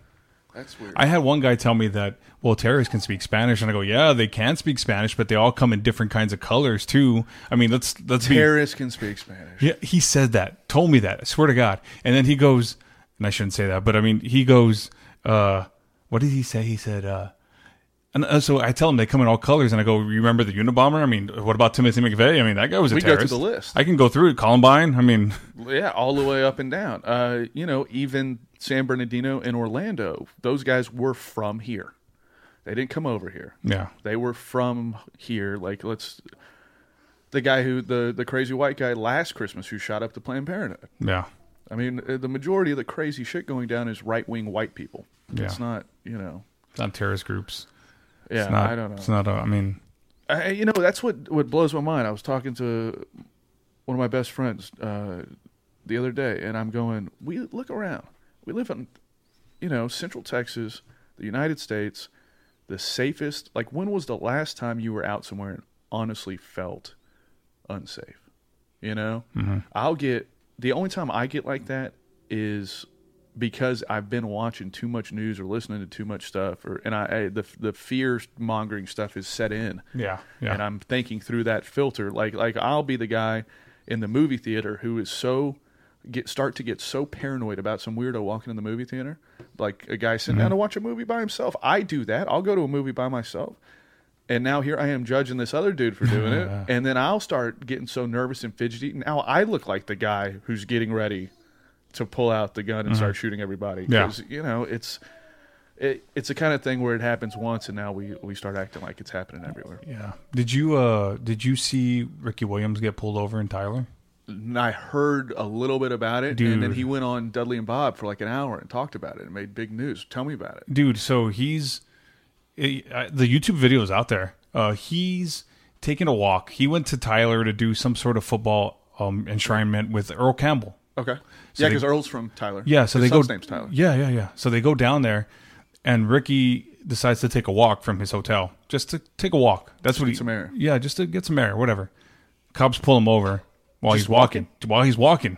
C: That's weird.
B: I had one guy tell me that well, terrorists can speak Spanish, and I go, yeah, they can speak Spanish, but they all come in different kinds of colors too. I mean, let's let's be
C: Terrorists can speak Spanish.
B: Yeah, he said that. Told me that. I swear to God. And then he goes, and I shouldn't say that, but I mean, he goes, uh, what did he say? He said, uh, and uh, so I tell him they come in all colors, and I go, you remember the Unabomber? I mean, what about Timothy McVeigh? I mean, that guy was a
C: We can go through
B: terrorist.
C: the list.
B: I can go through it. Columbine. I mean,
C: Yeah, all the way up and down. Uh, you know, even San Bernardino and Orlando, those guys were from here. They didn't come over here.
B: yeah,
C: They were from here. Like, let's. The guy who the the crazy white guy last Christmas who shot up the Planned Parenthood.
B: yeah,
C: I mean, uh, the majority of the crazy shit going down is right wing white people. It's
B: Yeah.
C: not, you know.
B: it's not terrorist groups.
C: Yeah,
B: Not,
C: I don't know.
B: It's not. A, I mean,
C: I, you know, that's what what blows my mind. I was talking to one of my best friends uh, the other day, and I'm going, "We look around. We live in, you know, Central Texas, the United States, the safest. Like, when was the last time you were out somewhere and honestly felt unsafe? You know, I'll get the only time I get like that is because I've been watching too much news or listening to too much stuff, or and I, I the the fear mongering stuff is set in
B: yeah, yeah.
C: and I'm thinking through that filter. Like like I'll be the guy in the movie theater who is so get start to get so paranoid about some weirdo walking in the movie theater, like a guy sitting down
B: Mm-hmm.
C: to watch a movie by himself. I do that. I'll go to a movie by myself. And now here I am judging this other dude for doing it, and then I'll start getting so nervous and fidgety. Now I look like the guy who's getting ready to pull out the gun and start shooting everybody.
B: Mm-hmm. Yeah.
C: 'Cause, you know it's it, it's the kind of thing where it happens once, and now we we start acting like it's happening everywhere.
B: yeah. Did you uh did you see Ricky Williams get pulled over in Tyler?
C: And I heard a little bit about it, and then
B: Dude.
C: he went on Dudley and Bob for like an hour and talked about it and made big news. Tell me about it.
B: dude so he's eh, uh, the youtube video is out there uh, he's taking a walk he went to tyler to do some sort of football um, enshrinement with earl campbell
C: Okay, yeah,
B: they-
C: because Earl's from Tyler.
B: yeah so
C: His
B: they go
C: son's name's Tyler.
B: yeah yeah yeah so they go down there and ricky decides to take a walk from his hotel just to take a walk that's what he
C: some air.
B: yeah just to get some air whatever cops pull him over while he's walking, while he's walking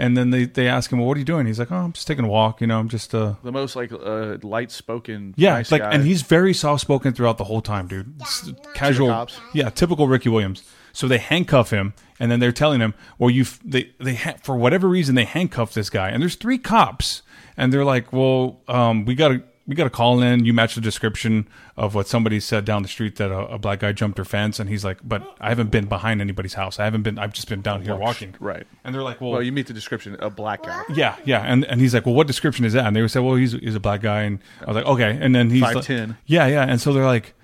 B: and then they, they ask him well what are you doing he's like oh i'm just taking a walk you know i'm just uh
C: The most like uh, light spoken.
B: Yeah,
C: nice
B: like,
C: guy.
B: and he's very soft spoken throughout the whole time, dude. It's casual,
C: cops.
B: yeah, typical Ricky Williams. So they handcuff him, and then they're telling him, "Well, you f- they they ha- for whatever reason they handcuff this guy." And there's three cops, and they're like, "Well, um, we gotta we gotta call in. You match the description of what somebody said down the street that a, a black guy jumped her fence." And he's like, "But I haven't been behind anybody's house. I haven't been. I've just been down here walking."
C: right.
B: And they're like,
C: Well, you meet the description. A black guy.
B: yeah, yeah, and and he's like, well, what description is that? And they would say, well, he's he's a black guy, and I was like, okay, and then he's like,
C: 5'10".
B: yeah, yeah, and so they're like,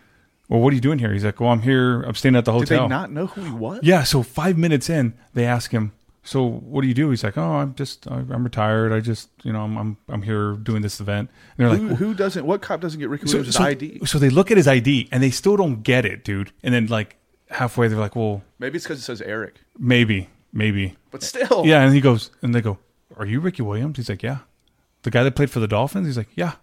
B: well, what are you doing here? He's like, well, I'm here, I'm staying at the
C: Did they
B: hotel.
C: not know who he was?
B: Yeah, so five minutes in, they ask him, so what do you do? He's like, oh, I'm just, I- I'm retired, I just, you know, I'm I'm, I'm here doing this event, and they're like,
C: Who, who doesn't? What cop doesn't get Ricky
B: so,
C: Williams'
B: so-
C: ID?
B: so they look at his ID and they still don't get it, dude, and then like halfway they're like, well,
C: Maybe it's because it says Eric,
B: maybe, maybe,
C: but still.
B: Yeah, and he goes, and they go, "Are you Ricky Williams?" He's like, "Yeah." The guy that played for the Dolphins, he's like, "Yeah."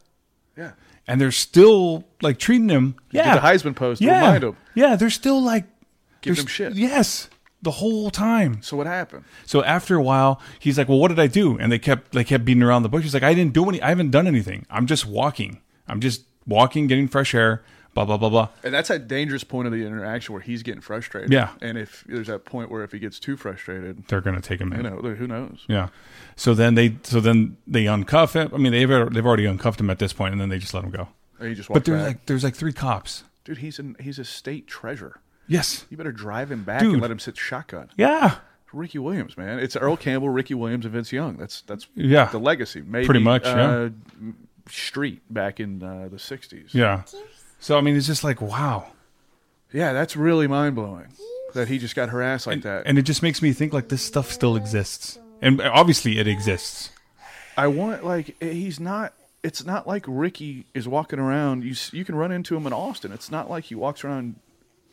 C: yeah.
B: And they're still like treating him.
C: did
B: Yeah,
C: the Heisman post to
B: Yeah,
C: remind him.
B: Yeah, they're still like
C: Give
B: they're
C: him
B: s-
C: shit.
B: Yes, the whole time.
C: So what happened?
B: So after a while, he's like, "Well, what did I do?" And they kept they kept beating around the bush. He's like, "I didn't do any. I haven't done anything. I'm just walking. I'm just walking, getting fresh air." Blah blah blah blah.
C: And that's a dangerous point of the interaction where he's getting frustrated.
B: Yeah.
C: And if there's that point where if he gets too frustrated,
B: They're gonna take him in.
C: you know, who knows?
B: Yeah. So then they so then they uncuff him. I mean, they've they've already uncuffed him at this point, and then they just let him go.
C: Or he just
B: But
C: walked
B: there's
C: back.
B: like there's like three cops.
C: Dude, he's an he's a state treasure.
B: Yes.
C: You better drive him back
B: Dude.
C: and let him sit shotgun.
B: Yeah.
C: Ricky Williams, man, it's Earl Campbell, Ricky Williams, and Vince Young. That's that's
B: Yeah.
C: the legacy. Maybe
B: Pretty much,
C: uh, Street back in uh, the '60s.
B: Yeah. So I mean, it's just like wow,
C: yeah, that's really mind blowing that he just got harassed like that.
B: and it just makes me think like this stuff still exists, and obviously it exists.
C: I want like eh, he's not. It's not like Ricky is walking around. You s- you can run into him in Austin. It's not like he walks around.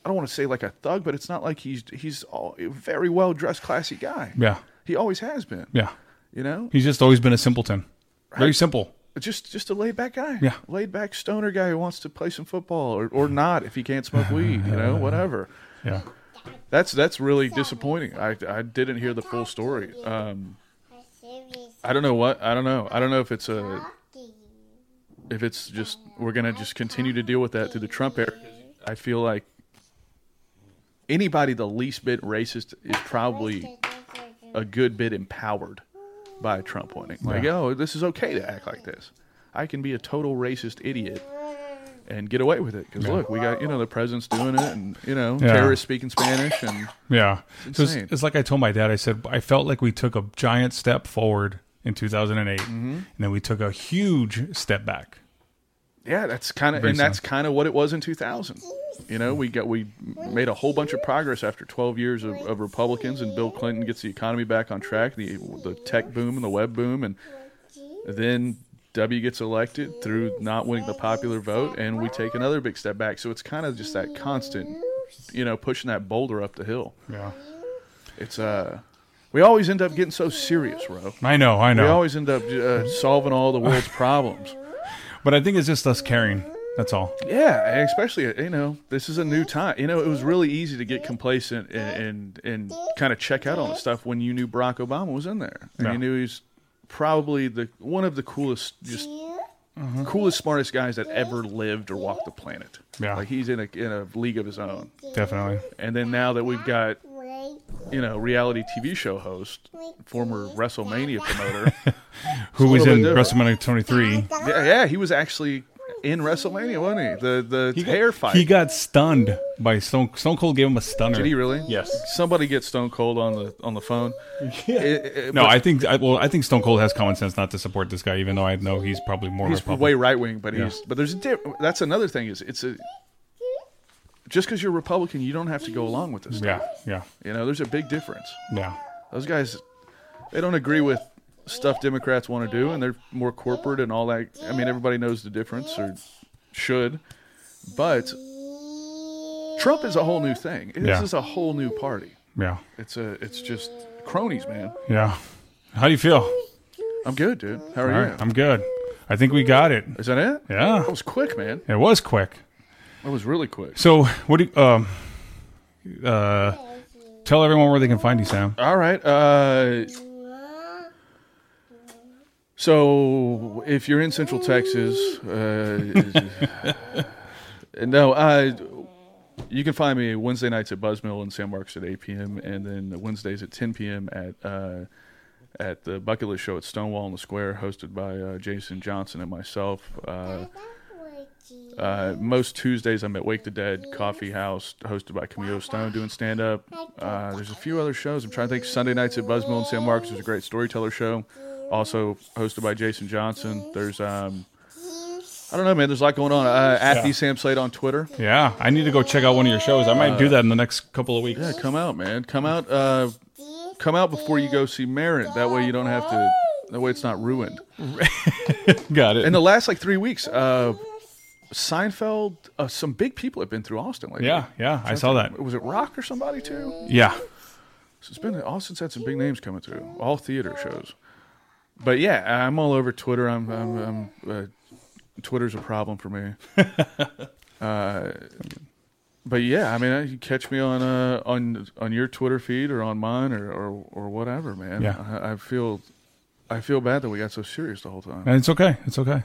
C: I don't want to say like a thug, but it's not like he's he's all, a very well dressed, classy guy.
B: Yeah.
C: he always has been.
B: Yeah.
C: You know,
B: He's just always been a simpleton. Very simple.
C: just just a laid back guy.
B: Yeah.
C: laid back stoner guy who wants to play some football or, or not if he can't smoke weed. You know, whatever.
B: Yeah.
C: That's that's really disappointing. I I didn't hear the full story. Um, I don't know what I don't know. I don't know if it's a if it's just we're gonna just continue to deal with that through the Trump era. I feel like anybody the least bit racist is probably a good bit empowered by Trump winning. Like, oh, this is okay to act like this. I can be a total racist idiot and get away with it because look, we got you know the president's doing it, and you know
B: Yeah.
C: terrorists speaking Spanish, and
B: Yeah. so it's,
C: insane.
B: it's like I told my dad, I said, I felt like we took a giant step forward in 2008,
C: Mm-hmm.
B: and then we took a huge step back.
C: yeah, that's kind of and that's kind of what it was in 2000. You know, we got we made a whole bunch of progress after 12 years of, of Republicans, and Bill Clinton gets the economy back on track, the the tech boom and the web boom, and then W gets elected through not winning the popular vote, and we take another big step back. So it's kind of just that constant, you know, pushing that boulder up the hill.
B: Yeah.
C: It's uh, we always end up getting so serious, Ro.
B: I know, I know.
C: We always end up uh,
B: Mm-hmm.
C: solving all the world's problems.
B: but I think it's just us caring. That's all.
C: Yeah, and especially uh, you know this is a new time. You know it was really easy to get complacent and and, and kind of check out on the stuff when you knew Barack Obama was in there and
B: Yeah.
C: you knew he's probably the one of the coolest, just coolest, smartest guys that ever lived or walked the planet.
B: Yeah.
C: like he's in a in a league of his own.
B: Definitely.
C: And then now that we've got you know reality TV show host, former WrestleMania promoter.
B: Who was
C: little
B: in
C: bit
B: WrestleMania 23?
C: Yeah, yeah, he was actually in WrestleMania, wasn't he? The the hair fight.
B: He got stunned by Stone, Stone Cold gave him a stunner.
C: Did he really?
B: Yes.
C: Somebody get Stone Cold on the on the phone. It- it-
B: No,
C: but
B: I think I, well, I think Stone Cold has common sense not to support this guy, even though I know he's probably more
C: he's
B: Republican.
C: way right wing, but he's but there's a diff- that's another thing is it's a just because you're Republican, you don't have to go along with this.
B: yeah,
C: Stuff.
B: yeah,
C: You know, there's a big difference.
B: yeah,
C: Those guys, they don't agree with stuff Democrats want to do, and they're more corporate and all that. I mean, everybody knows the difference or should, but Trump is a whole new thing. This
B: Yeah.
C: is a whole new party.
B: yeah,
C: It's a it's just cronies, man.
B: yeah. How do you feel?
C: I'm good, dude. How are
B: All
C: you?
B: right, I'm good. I think we got it.
C: Is that it?
B: Yeah,
C: That was quick, man.
B: it was quick.
C: That was really quick.
B: So, what do you, um, uh, tell everyone where they can find you, Sam?
C: All right. Uh, so, if you're in Central Texas, uh, no, uh, you can find me Wednesday nights at Buzzmill in San Marcos at 8 p.m. and then Wednesdays at 10 p.m. at uh, at the Bucket List Show at Stonewall in the Square, hosted by uh, Jason Johnson and myself. Uh, Uh, most Tuesdays, I'm at Wake the Dead Coffee House, hosted by Camilo Stone, doing stand up. Uh, there's a few other shows. I'm trying to think. Sunday nights at Buzzmill in San Marcos is a great storyteller show, also hosted by Jason Johnson. There's, um, I don't know, man. There's a lot going on. Uh, at the Sam Slade on Twitter.
B: Yeah, I need to go check out one of your shows. I might do that in the next couple of weeks.
C: Yeah, come out, man. Come out. Uh, come out before you go see Marin. That way you don't have to. That way it's not ruined.
B: Got it.
C: In the last like three weeks, uh, Seinfeld. Uh, some big people have been through Austin lately.
B: yeah, yeah, I saw that.
C: Was it Rock or somebody too?
B: Yeah,
C: So it's been Austin's had some big names coming through, all theater shows. But yeah, I'm all over Twitter. I'm, I'm, I'm uh, Twitter's a problem for me. uh, but yeah, I mean, uh, you catch me on uh, on on your Twitter feed or on mine or or, or whatever, man.
B: Yeah.
C: I, I feel I feel bad that we got so serious the whole time.
B: and it's okay. It's okay.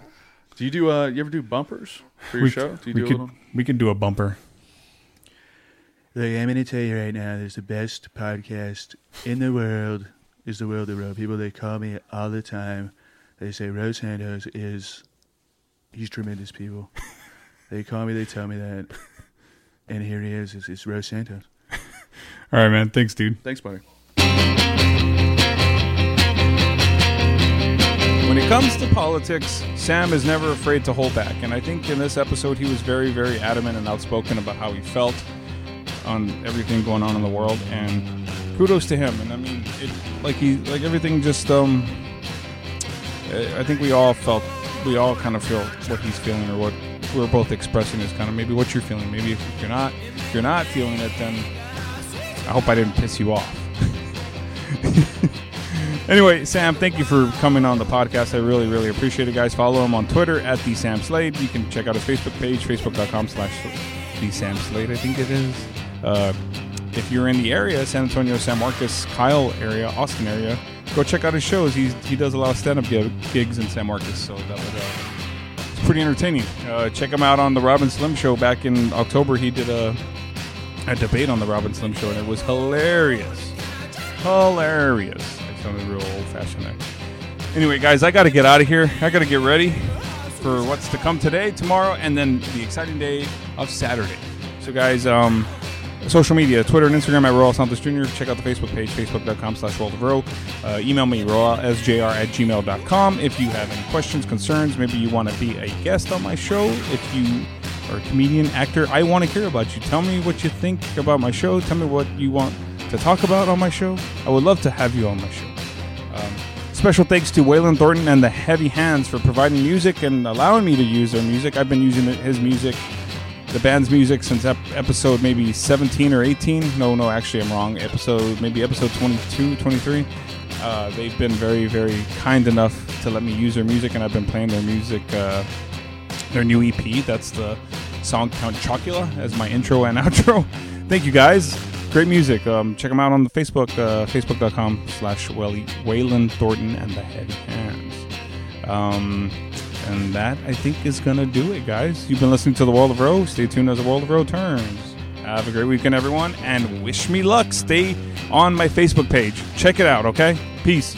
C: Do you do uh you ever do bumpers for your show? Do you
B: we
C: do a
B: could
C: little?
B: we could do a bumper.
D: Look, I'm going to tell you right now, there's the best podcast in the world, is the world of Ro. People, they call me all the time. They say, Ro Santos is, he's tremendous, people. They call me, they tell me that. And here he is, it's, it's Ro Santos.
B: All right, man. Thanks, dude.
C: Thanks, buddy.
B: When it comes to politics, Sam is never afraid to hold back. And I think in this episode, he was very, very adamant and outspoken about how he felt on everything going on in the world. And kudos to him. And I mean, it, like he, like everything just, um, I I think we all felt, we all kind of feel what he's feeling or what we're both expressing is kind of maybe what you're feeling. Maybe if you're not, if you're not feeling it, then I hope I didn't piss you off. Anyway, Sam, thank you for coming on the podcast. I really, really appreciate it, guys. Follow him on Twitter at the Sam Slade. You can check out his Facebook page, facebook.com slash the Sam Slade, I think it is. Uh, if you're in the area, San Antonio, San Marcos, Kyle area, Austin area, go check out his shows. He's, he does a lot of stand up gigs in San Marcos, so that would uh, pretty entertaining. Uh, check him out on the Robin Slim Show back in October. He did a a debate on the Robin Slim Show, and it was hilarious, hilarious. I sounded real old fashioned there. Anyway, guys, I got to get out of here. I got to get ready for what's to come today, tomorrow, and then the exciting day of Saturday. So, guys, um, social media Twitter and Instagram at Royal Santos Jr. Check out the Facebook page, facebook.com slash World of Row. Uh, email me, royalsjr at gmail.com. If you have any questions, concerns, maybe you want to be a guest on my show. If you are a comedian, actor, I want to hear about you. Tell me what you think about my show. Tell me what you want to talk about on my show. I would love to have you on my show. Um, special thanks to Waylon Thornton and the Heavy Hands for providing music and allowing me to use their music. I've been using it- his music the band's music since ep- episode maybe 17 or 18 no no actually i'm wrong episode maybe episode 22 23 uh, they've been very very kind enough to let me use their music and i've been playing their music uh, their new ep that's the song count chocula as my intro and outro thank you guys great music um, check them out on the facebook uh, facebook.com slash Wayley- waylon thornton and the heavy hands um, and that, I think, is going to do it, guys. You've been listening to The World of Row. Stay tuned as The World of Row turns. Have a great weekend, everyone, and wish me luck. Stay on my Facebook page. Check it out, okay? Peace.